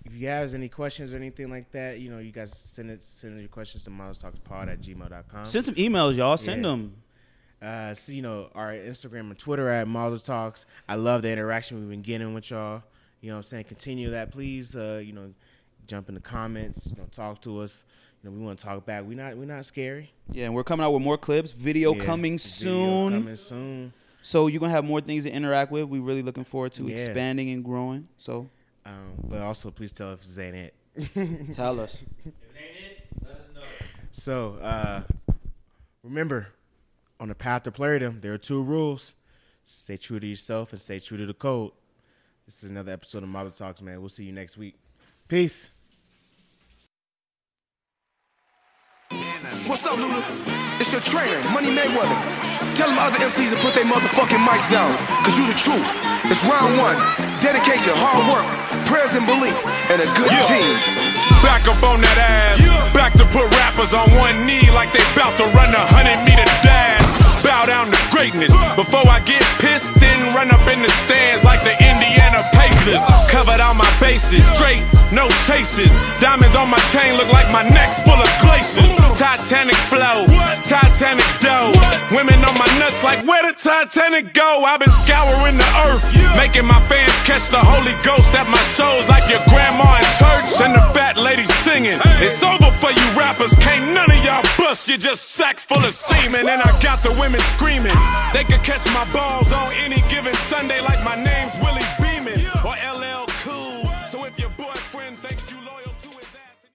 Speaker 5: if you guys any questions or anything like that, you know, you guys send it send your questions to milestalkspod at gmail.com.
Speaker 3: Send some emails, y'all. Send
Speaker 5: Yeah.
Speaker 3: them.
Speaker 5: uh, so, you know, our Instagram and Twitter at Model Talks. I love the interaction we've been getting with y'all. You know what I'm saying? Continue that, please. Uh, you know, jump in the comments, you know, talk to us. You know, we want to talk back. We're not we're not scary.
Speaker 3: Yeah, and we're coming out with more clips. Video
Speaker 5: Yeah.
Speaker 3: coming
Speaker 5: Video
Speaker 3: soon.
Speaker 5: Coming soon.
Speaker 3: So you're gonna have more things to interact with. We're really looking forward to
Speaker 5: Yeah.
Speaker 3: expanding and growing. So
Speaker 5: Um, but also please tell if this ain't it.
Speaker 3: tell us.
Speaker 4: If it ain't it, let us know.
Speaker 5: So uh, remember, on the path to playdom, there are two rules: stay true to yourself and stay true to the code. This is another episode of Model Talks, man. We'll see you next week. Peace.
Speaker 7: What's up, Luda? It's your trainer, Money Mayweather. Tell them other MCs to put their motherfucking mics down, cause you the truth. It's round one, dedication, hard work, prayers and belief, and a good
Speaker 1: Yeah.
Speaker 7: team.
Speaker 1: Back up on that ass. Back to put rappers on one knee like they bout to run a hundred meter dash. Bow down to greatness before I get pissed and run up in the stands like the Indiana Pacers. Covered all my bases, straight, no chases. Diamonds on my chain look like my neck's full of glaciers. Titanic flow, Titanic dough. Women on my nuts like where the Titanic go? I've been scouring the earth, making my fans catch the Holy Ghost at my shows like your grandma in church and the fat lady singing. It's over for you rappers, can't none of y'all bust. You're just sacks full of semen, and I got the women screaming. They could catch my balls on any given Sunday like my name's. Will-